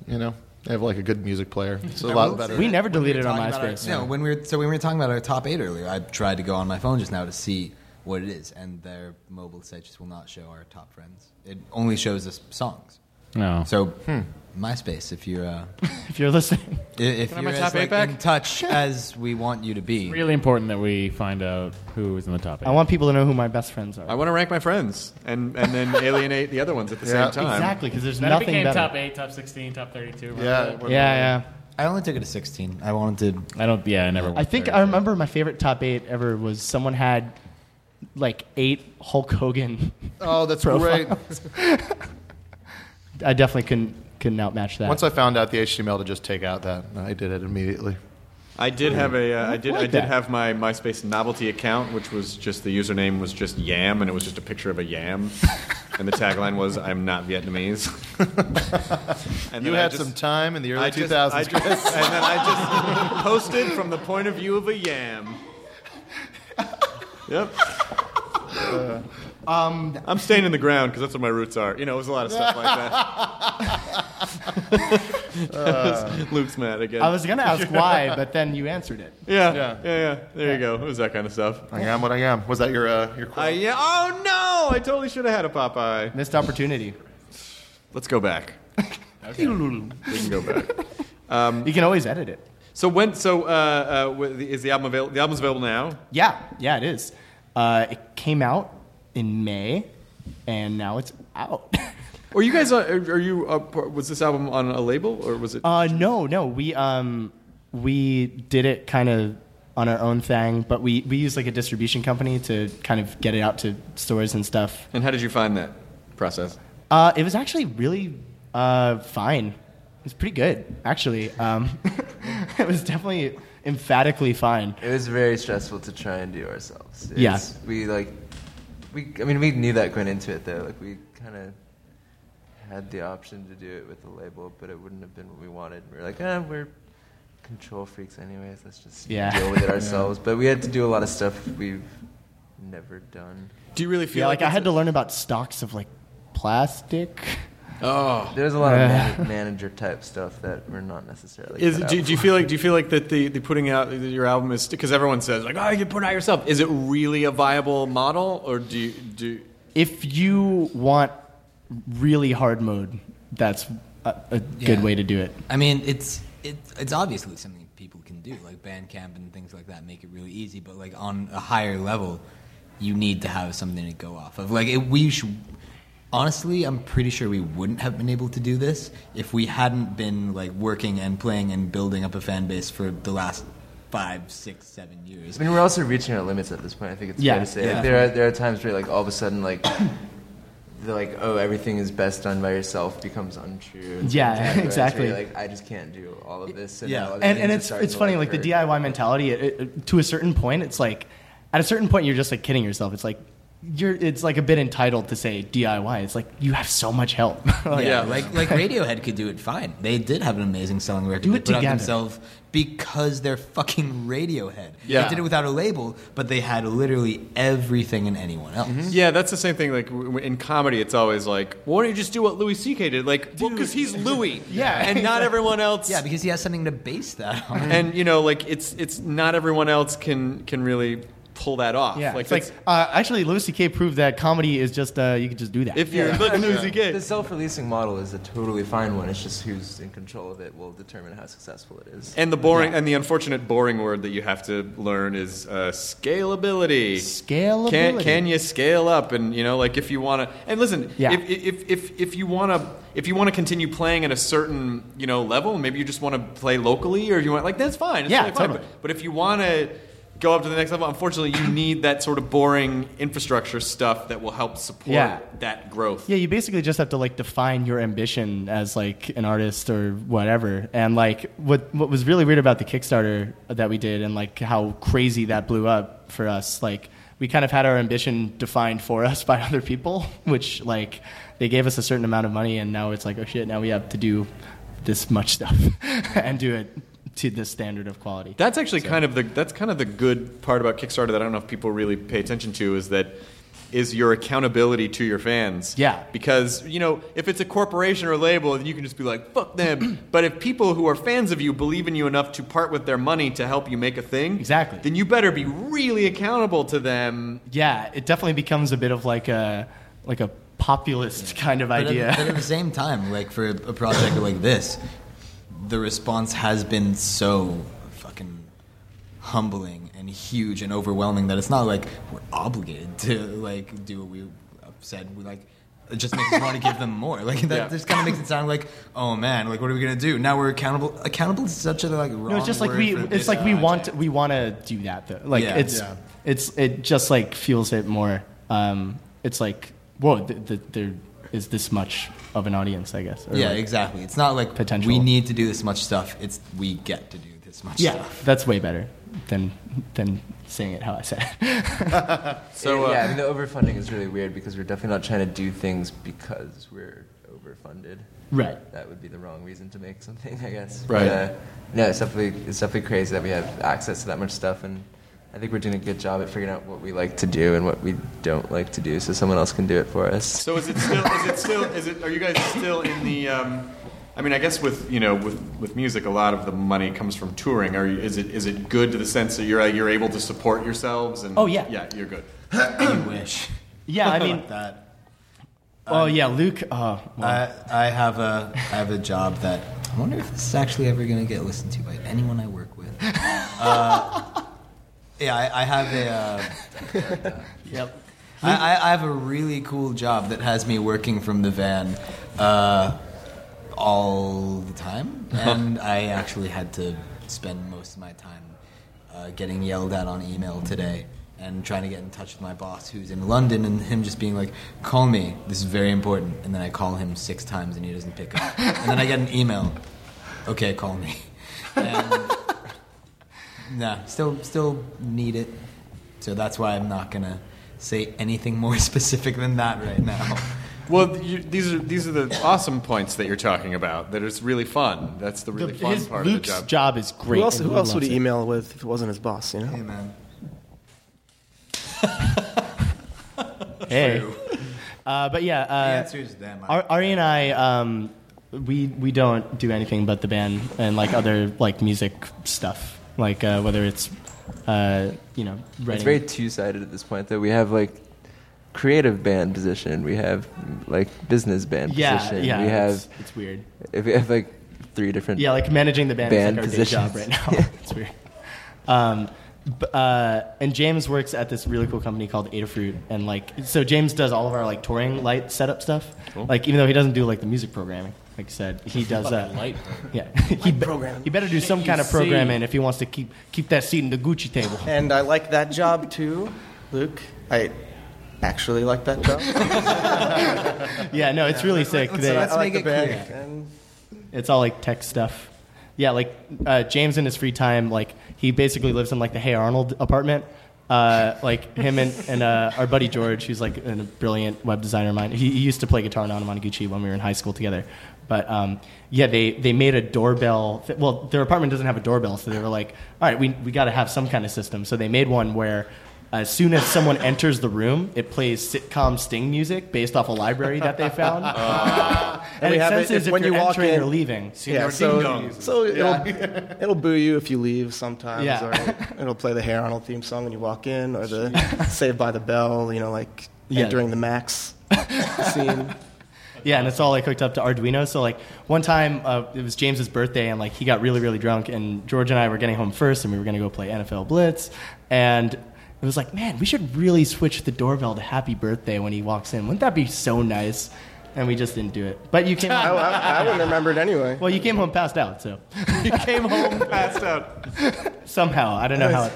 You know, they have like a good music player. It's a I lot will better. say that when were talking about our- no, when we were so when we were talking about our top eight earlier, I tried to go on my phone just now to see what it is, and their mobile site just will not show our top friends. It only shows us songs. No. So Hmm. MySpace, if you're uh, if you're listening, i- if Can I you're have my as, top eight like, back? in touch as we want you to be, Really important that we find out who is in the top eight. I want people to know who my best friends are. I want to rank my friends and and then alienate the other ones at the Yeah. same time. Exactly, 'cause there's Then nothing it became better. top eight, top sixteen, top thirty-two. remember that? I only took it to sixteen. I wanted. I don't. Yeah, I never. I think I remember my favorite top eight ever was someone had like eight Hulk Hogan. Oh, that's profiles. great. I definitely couldn't couldn't outmatch that. Once I found out the HTML to just take out that, I did it immediately. I did have a. Uh, I did. like I did that. have my MySpace novelty account, which was just the username was just yam, and it was just a picture of a yam, and the tagline was "I'm not Vietnamese." And You then I had some time in the early I just- 2000s, I just- Chris. and then I just posted from the point of view of a yam. Yep. Uh, um, I'm staying in the ground because that's what my roots are. You know, it was a lot of stuff like that. Uh, Luke's mad again. I was gonna ask why, but then you answered it. Yeah, yeah, yeah, yeah. There you go. It was that kind of stuff. I am what I am. Was that your uh, your? I, yeah. Oh no! I totally should have had a Popeye. Missed opportunity. Let's go back. We can go back. Um, you can always edit it. So when? So uh, uh, wh- is the album available? The album's available now. Yeah, yeah, it is. Uh, it came out in May, and now it's out. Were you guys? Uh, are are you? Uh, par- was this album on a label or was it? Uh, no, no. We um, we did it kind of on our own thing, but we we used like a distribution company to kind of get it out to stores and stuff. And how did you find that process? Uh, it was actually really uh, fine. It was pretty good, actually. Um, it was definitely emphatically fine. It was very stressful to try and do ourselves. Yeah. It's- We like, we. I mean, we knew that going into it though. Like we kind of had the option to do it with the label, but it wouldn't have been what we wanted. We were like, ah, we're control freaks anyways. Let's just Yeah. deal with it Yeah. ourselves. But we had to do a lot of stuff we've never done. Do you really Yeah, like, I had to learn about stocks of like plastic. Oh, There's a lot of Yeah. man- manager type stuff that we're not necessarily. Is, cut out do, do you for. feel like do you feel like that the, the putting out your album is because everyone says like oh you put it out yourself is it really a viable model or do you, do If you want really hard mode, that's a, a good Yeah. way to do it. I mean, it's it, it's obviously something people can do, like Bandcamp and things like that, make it really easy. But like on a higher level, you need to have something to go off of. Like it, we should, honestly, I'm pretty sure we wouldn't have been able to do this if we hadn't been like working and playing and building up a fan base for the last five, six, seven years. I mean, we're also reaching our limits at this point. I think it's Yeah, fair to say. yeah. Like, there are there are times where like all of a sudden like they're like, oh, everything is best done by yourself becomes untrue. It's Yeah, like, where it's exactly. really Like I just can't do all of this. And now other and, things and are it's starting it's to, funny like the hurt. DIY mentality. It, it, to a certain point, it's like at a certain point you're just like kidding yourself. It's like you're it's like a bit entitled to say DIY. It's like you have so much help. Like, yeah, like like Radiohead could do it fine. They did have an amazing selling record. Do they it put out together. themselves because they're fucking Radiohead. Yeah. They did it without a label, but they had literally everything and anyone else. yeah that's the same thing like w- w- in comedy it's always like why don't you just do what Louis C.K. did like well because he's Louis and not everyone else Yeah, because he has something to base that on. and you know like it's it's not everyone else can can really pull that off yeah, like it's like that's- uh, actually Louis C.K. proved that comedy is just uh, you can just do that. The self-releasing model is a totally fine one. It's just who's in control of it will determine how successful it is. and the boring and the unfortunate boring word that you have to learn is uh, scalability. Scalability. Can, can you scale up? And you know, like if you want to, and listen, Yeah. if, if if if you want to, if you want to continue playing at a certain you know level, maybe you just want to play locally, or you want like that's fine. It's Yeah, totally fine. totally. But, but if you want to go up to the next level, unfortunately, you need that sort of boring infrastructure stuff that will help support Yeah. that growth. Yeah, you basically just have to like define your ambition as like an artist or whatever. And like what what was really weird about the Kickstarter that we did and like how crazy that blew up for us, like we kind of had our ambition defined for us by other people, which like they gave us a certain amount of money and now it's like, oh shit, now we have to do this much stuff and do it to this standard of quality. That's actually kind of the that's kind of the good part about Kickstarter that I don't know if people really pay attention to is that is your accountability to your fans. Yeah. Because, you know, if it's a corporation or a label, then you can just be like, fuck them. but if people who are fans of you believe in you enough to part with their money to help you make a thing, exactly. Then you better be really accountable to them. Yeah, it definitely becomes a bit of like a like a populist kind of But at- idea. but at the same time, like for a project like this, the response has been so fucking humbling and huge and overwhelming that it's not like we're obligated to like do what we said. We like it just makes us want to give them more. Like that Yeah. just kind of makes it sound like, oh man, like what are we gonna do now? We're accountable. Accountable is such a like wrong No, it's just like word we. for It's this uh, like we project. want. We want to do that though. Like Yeah. it's. Yeah. It's it just like fuels it more. Um, it's like whoa, th- th- there is this much of an audience, I guess. or, Yeah, like- exactly. It's not like Potential. We need to do this much stuff. It's we get to do this much Yeah, stuff. that's way better than than saying it how I said. it. So uh, yeah, I mean the overfunding is really weird because we're definitely not trying to do things because we're overfunded. Right. That would be the wrong reason to make something, I guess. Right. uh, no, it's definitely it's definitely crazy that we have access to that much stuff, and I think we're doing a good job at figuring out what we like to do and what we don't like to do, so someone else can do it for us. So is it still? Is it still? Is it? Are you guys still in the? Um, I mean, I guess with you know with, with music, a lot of the money comes from touring. Are you, is it is it good to the sense that you're uh, you're able to support yourselves? And Oh, yeah. yeah, you're good. you wish. yeah, I mean. that. Oh yeah, Luke. Oh, I, I have a I have a job that I wonder if this is actually ever going to get listened to by anyone I work with. uh, yeah, I, I have a. Uh, yep. I, I, I have a really cool job that has me working from the van uh, all the time, Uh-huh. and I actually had to spend most of my time uh, getting yelled at on email today and trying to get in touch with my boss who's in London and him just being like, call me, this is very important. And then I call him six times and he doesn't pick up. and then I get an email, okay, call me. And Nah, still still need it. So that's why I'm not gonna say anything more specific than that right now. Well, you, these are these are the awesome points that you're talking about. That it's really fun. That's the really fun part of the job. Who else, who else would he email with if it wasn't his boss? You know. Hey man. Hey. Uh, but yeah, uh, answer is them, I Ar- Ari and I, um, we we don't do anything but the band and like other like music stuff, like uh, whether it's uh, you know writing. It's very two sided at this point. That we have like creative band position, we have like business band Yeah, position, yeah, we have it's- it's weird. If we have like three different yeah, like managing the band, band is like our positions. day job right now. it's weird. Um, b- uh, and James works at this really cool company called Adafruit, and like so James does all of our like touring light setup stuff. Cool. Like even though he doesn't do like the music programming, like you said, he does that. Fucking light. yeah, he, be- he better do some kind of programming if he wants to keep keep that seat in the Gucci table. And I like that job too, Luke. I actually like that job. yeah, no, it's really sick. let's- They- let's I make it band. clear. It's all like tech stuff. Yeah, like uh, James in his free time, like he basically lives in like the Hey Arnold apartment. Uh, like him and, and uh, our buddy George, who's like a brilliant web designer of mine. He, he used to play guitar in Anamanaguchi when we were in high school together. But um, yeah, they, they made a doorbell. Well, their apartment doesn't have a doorbell, so they were like, all right, we, we got to have some kind of system. So they made one where as soon as someone enters the room, it plays sitcom sting music based off a library that they found. and, Oh. we it have senses if, when you're you walk entering in or leaving. Yeah, so so it'll, it'll boo you if you leave sometimes. Yeah. Or it- it'll play the Hair Arnold theme song when you walk in, or the Saved by the Bell. You know, like Yeah. entering the Max scene. Yeah, and it's all like hooked up to Arduino. So like one time uh, it was James's birthday, and like he got really really drunk, and George and I were getting home first, and we were gonna go play NFL Blitz, and it was like, man, we should really switch the doorbell to Happy Birthday when he walks in. Wouldn't that be so nice? And we just didn't do it. But you came. I- I- I wouldn't remember it anyway. Well, you came home passed out, so you came home passed out. Somehow, I don't know how. It,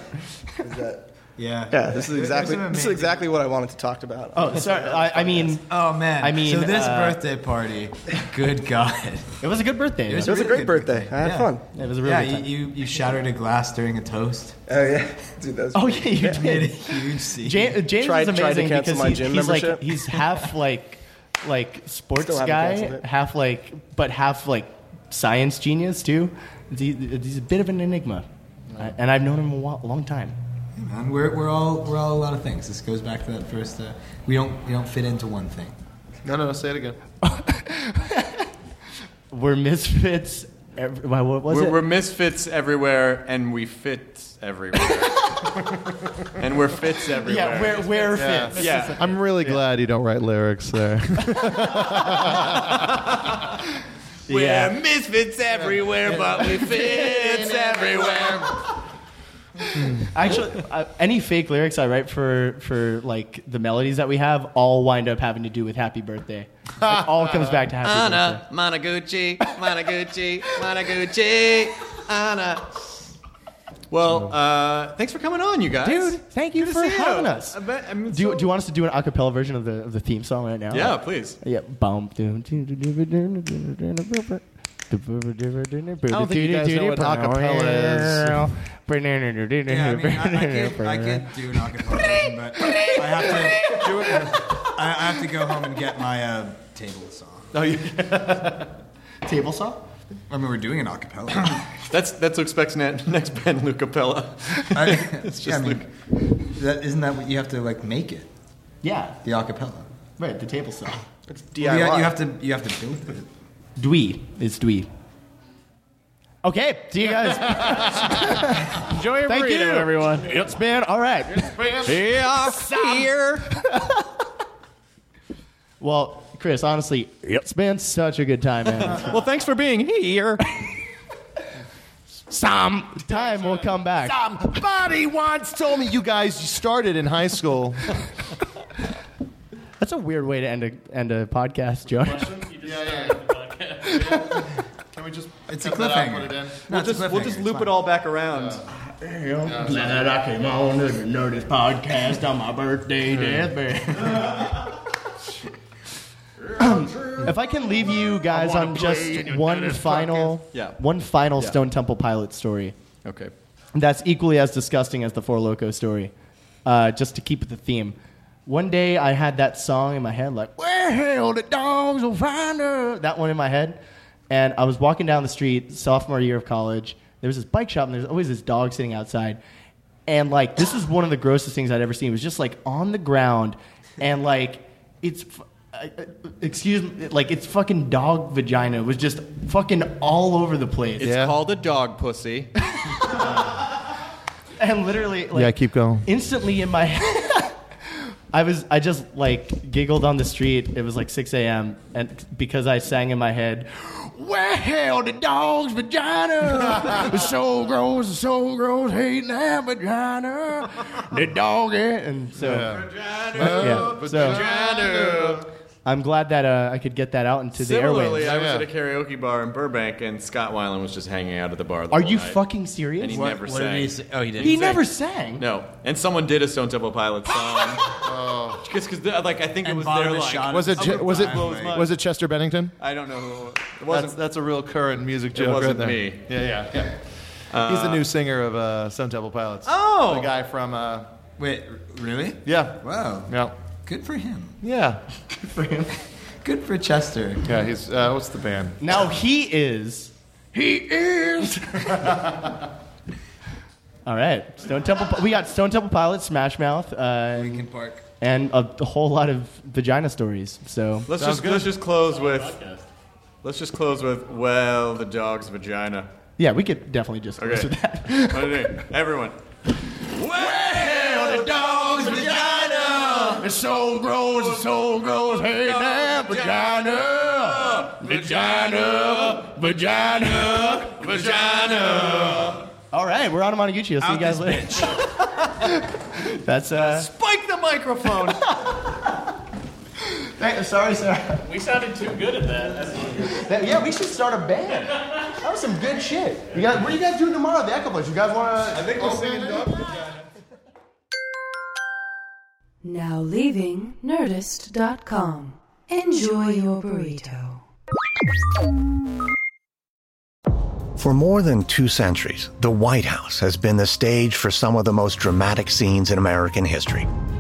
Is that? Yeah. Yeah. This is There's exactly some this is amazing- exactly what I wanted to talk about. Oh, sorry. I, I mean. Oh man. I mean. so this uh, birthday party, good god, it was a good birthday. It was a great birthday. I had fun. It was a really yeah. good time. You, you you shattered a glass during a toast. Oh yeah, dude, that was Oh yeah, you made a did. huge scene. Ja- uh, James Tried- tried is to amazing cancel because my he- gym he's like membership. he's half like like sports Still haven't guy, canceled it. half like but half like science genius too. He- He's a bit of an enigma, I- and I've known him a wa- long time. Man, we're, we're all we're all a lot of things. This goes back to that first. Uh, we don't we don't fit into one thing. No, no, no. Say it again. We're misfits. Every, why, what was we're, it? we're misfits everywhere, and we fit everywhere. and we're fits everywhere. Yeah, we're- we're Yeah. fits. Yeah. I'm really glad you don't write lyrics there. We're Yeah. misfits everywhere, but we fits everywhere. Actually, uh, any fake lyrics I write for for like the melodies that we have all wind up having to do with Happy Birthday. It all comes back to Happy Uh, Birthday. Anna, Monoguchi, Monoguchi, Monoguchi, Anna. Well, uh, thanks for coming on, you guys. Dude, thank you Good to for see having you. us. I bet- I mean, Do you, do you want us to do an acapella version of the of the theme song right now? Yeah, please. Yeah, bum. I don't think don't think you guys know what acapella is. Yeah, I mean, I, I could, I could do an acapella version, but I have to do it. I, I have to go home and get my uh, table saw. Oh, you, table saw? I mean, we're doing an acapella. that's that's who expects net, next band, Luke Capella. it's just yeah, I Luke. mean, that, isn't that what you have to like make it? Yeah. The acapella. Right, the table saw. It's Well, you, you have to you have to build it. Dwee. It's Dwee. Okay, see you guys. Enjoy your Thank burrito, you. everyone. It's been all right. It's here. Well, Chris, honestly, it's been such a good time, man. well, thanks for being here. Some time will come back. Somebody Um, once told me you guys you started in high school. That's a weird way to end a end a podcast, Joe. Can we just? It's cut that out and put it in? we'll just, we'll just loop it all back around. I'm glad I came on to the Nerdist podcast on my birthday deathbed. if I can leave you guys on play in just your one Nerdist final, podcast. Yeah. one final Yeah. Stone Temple Pilot story. Okay. that's equally as disgusting as the Four Loco story. Uh, just to keep with the theme, one day I had that song in my head, like Well, the dogs will find her. that one in my head, and I was walking down the street, sophomore year of college. There was this bike shop, and there's always this dog sitting outside, and like this is one of the grossest things I'd ever seen. It was just like on the ground, and like it's. f- I- I- Excuse me, like its fucking dog vagina was just fucking all over the place. It's called a dog pussy. and literally like Yeah, keep going. instantly in my head i was i just like giggled on the street it was like 6 a.m and because i sang in my head Well, the dog's vagina was so gross, so gross, hating that vagina. the dog eh?" and so Vagina, Yeah, so- vagina. i'm glad that uh, i could get that out into the Similarly, airwaves I was at a karaoke bar in Burbank, and Scott Weiland was just hanging out at the bar. The are whole you night. fucking serious And he never sang. Oh, he didn't He sing. never sang? No, and someone did a Stone Temple Pilots song. oh, just because, like, I think it was their like. was it Je- Upper was it Time, like- was it Chester Bennington? I don't know. Who it wasn't. That's, that's a real current music It joke. wasn't right there. me. Yeah, yeah, yeah. Uh, He's the new singer of uh, Sun Temple Pilots. Oh! the guy from. Uh, Wait, really? Yeah. Wow. Yeah. Good for him. Yeah. Good for him. Good for Chester. Yeah, he's uh, what's the band? now he is He is. all right stone temple we got stone temple pilots smash mouth uh, Linkin Park. and a, a whole lot of vagina stories so Let's just let's just close with. Let's just close with well, the dog's vagina. yeah we could definitely just close Okay. with that What do you think? Everyone. Well, the dog's vagina is so gross, it's so gross, hating that vagina. Vagina, vagina, vagina. All right, we're on to Monoguchi. I'll see you guys later. That's uh. Spike the microphone. sorry, sir. We sounded too good at that. yeah, we should start a band. That was some good shit. You guys, what are you guys doing tomorrow at the Echo Place? You guys want to? I think we're singing Now leaving Nerdist.com. Enjoy your burrito. For more than two centuries, the White House has been the stage for some of the most dramatic scenes in American history.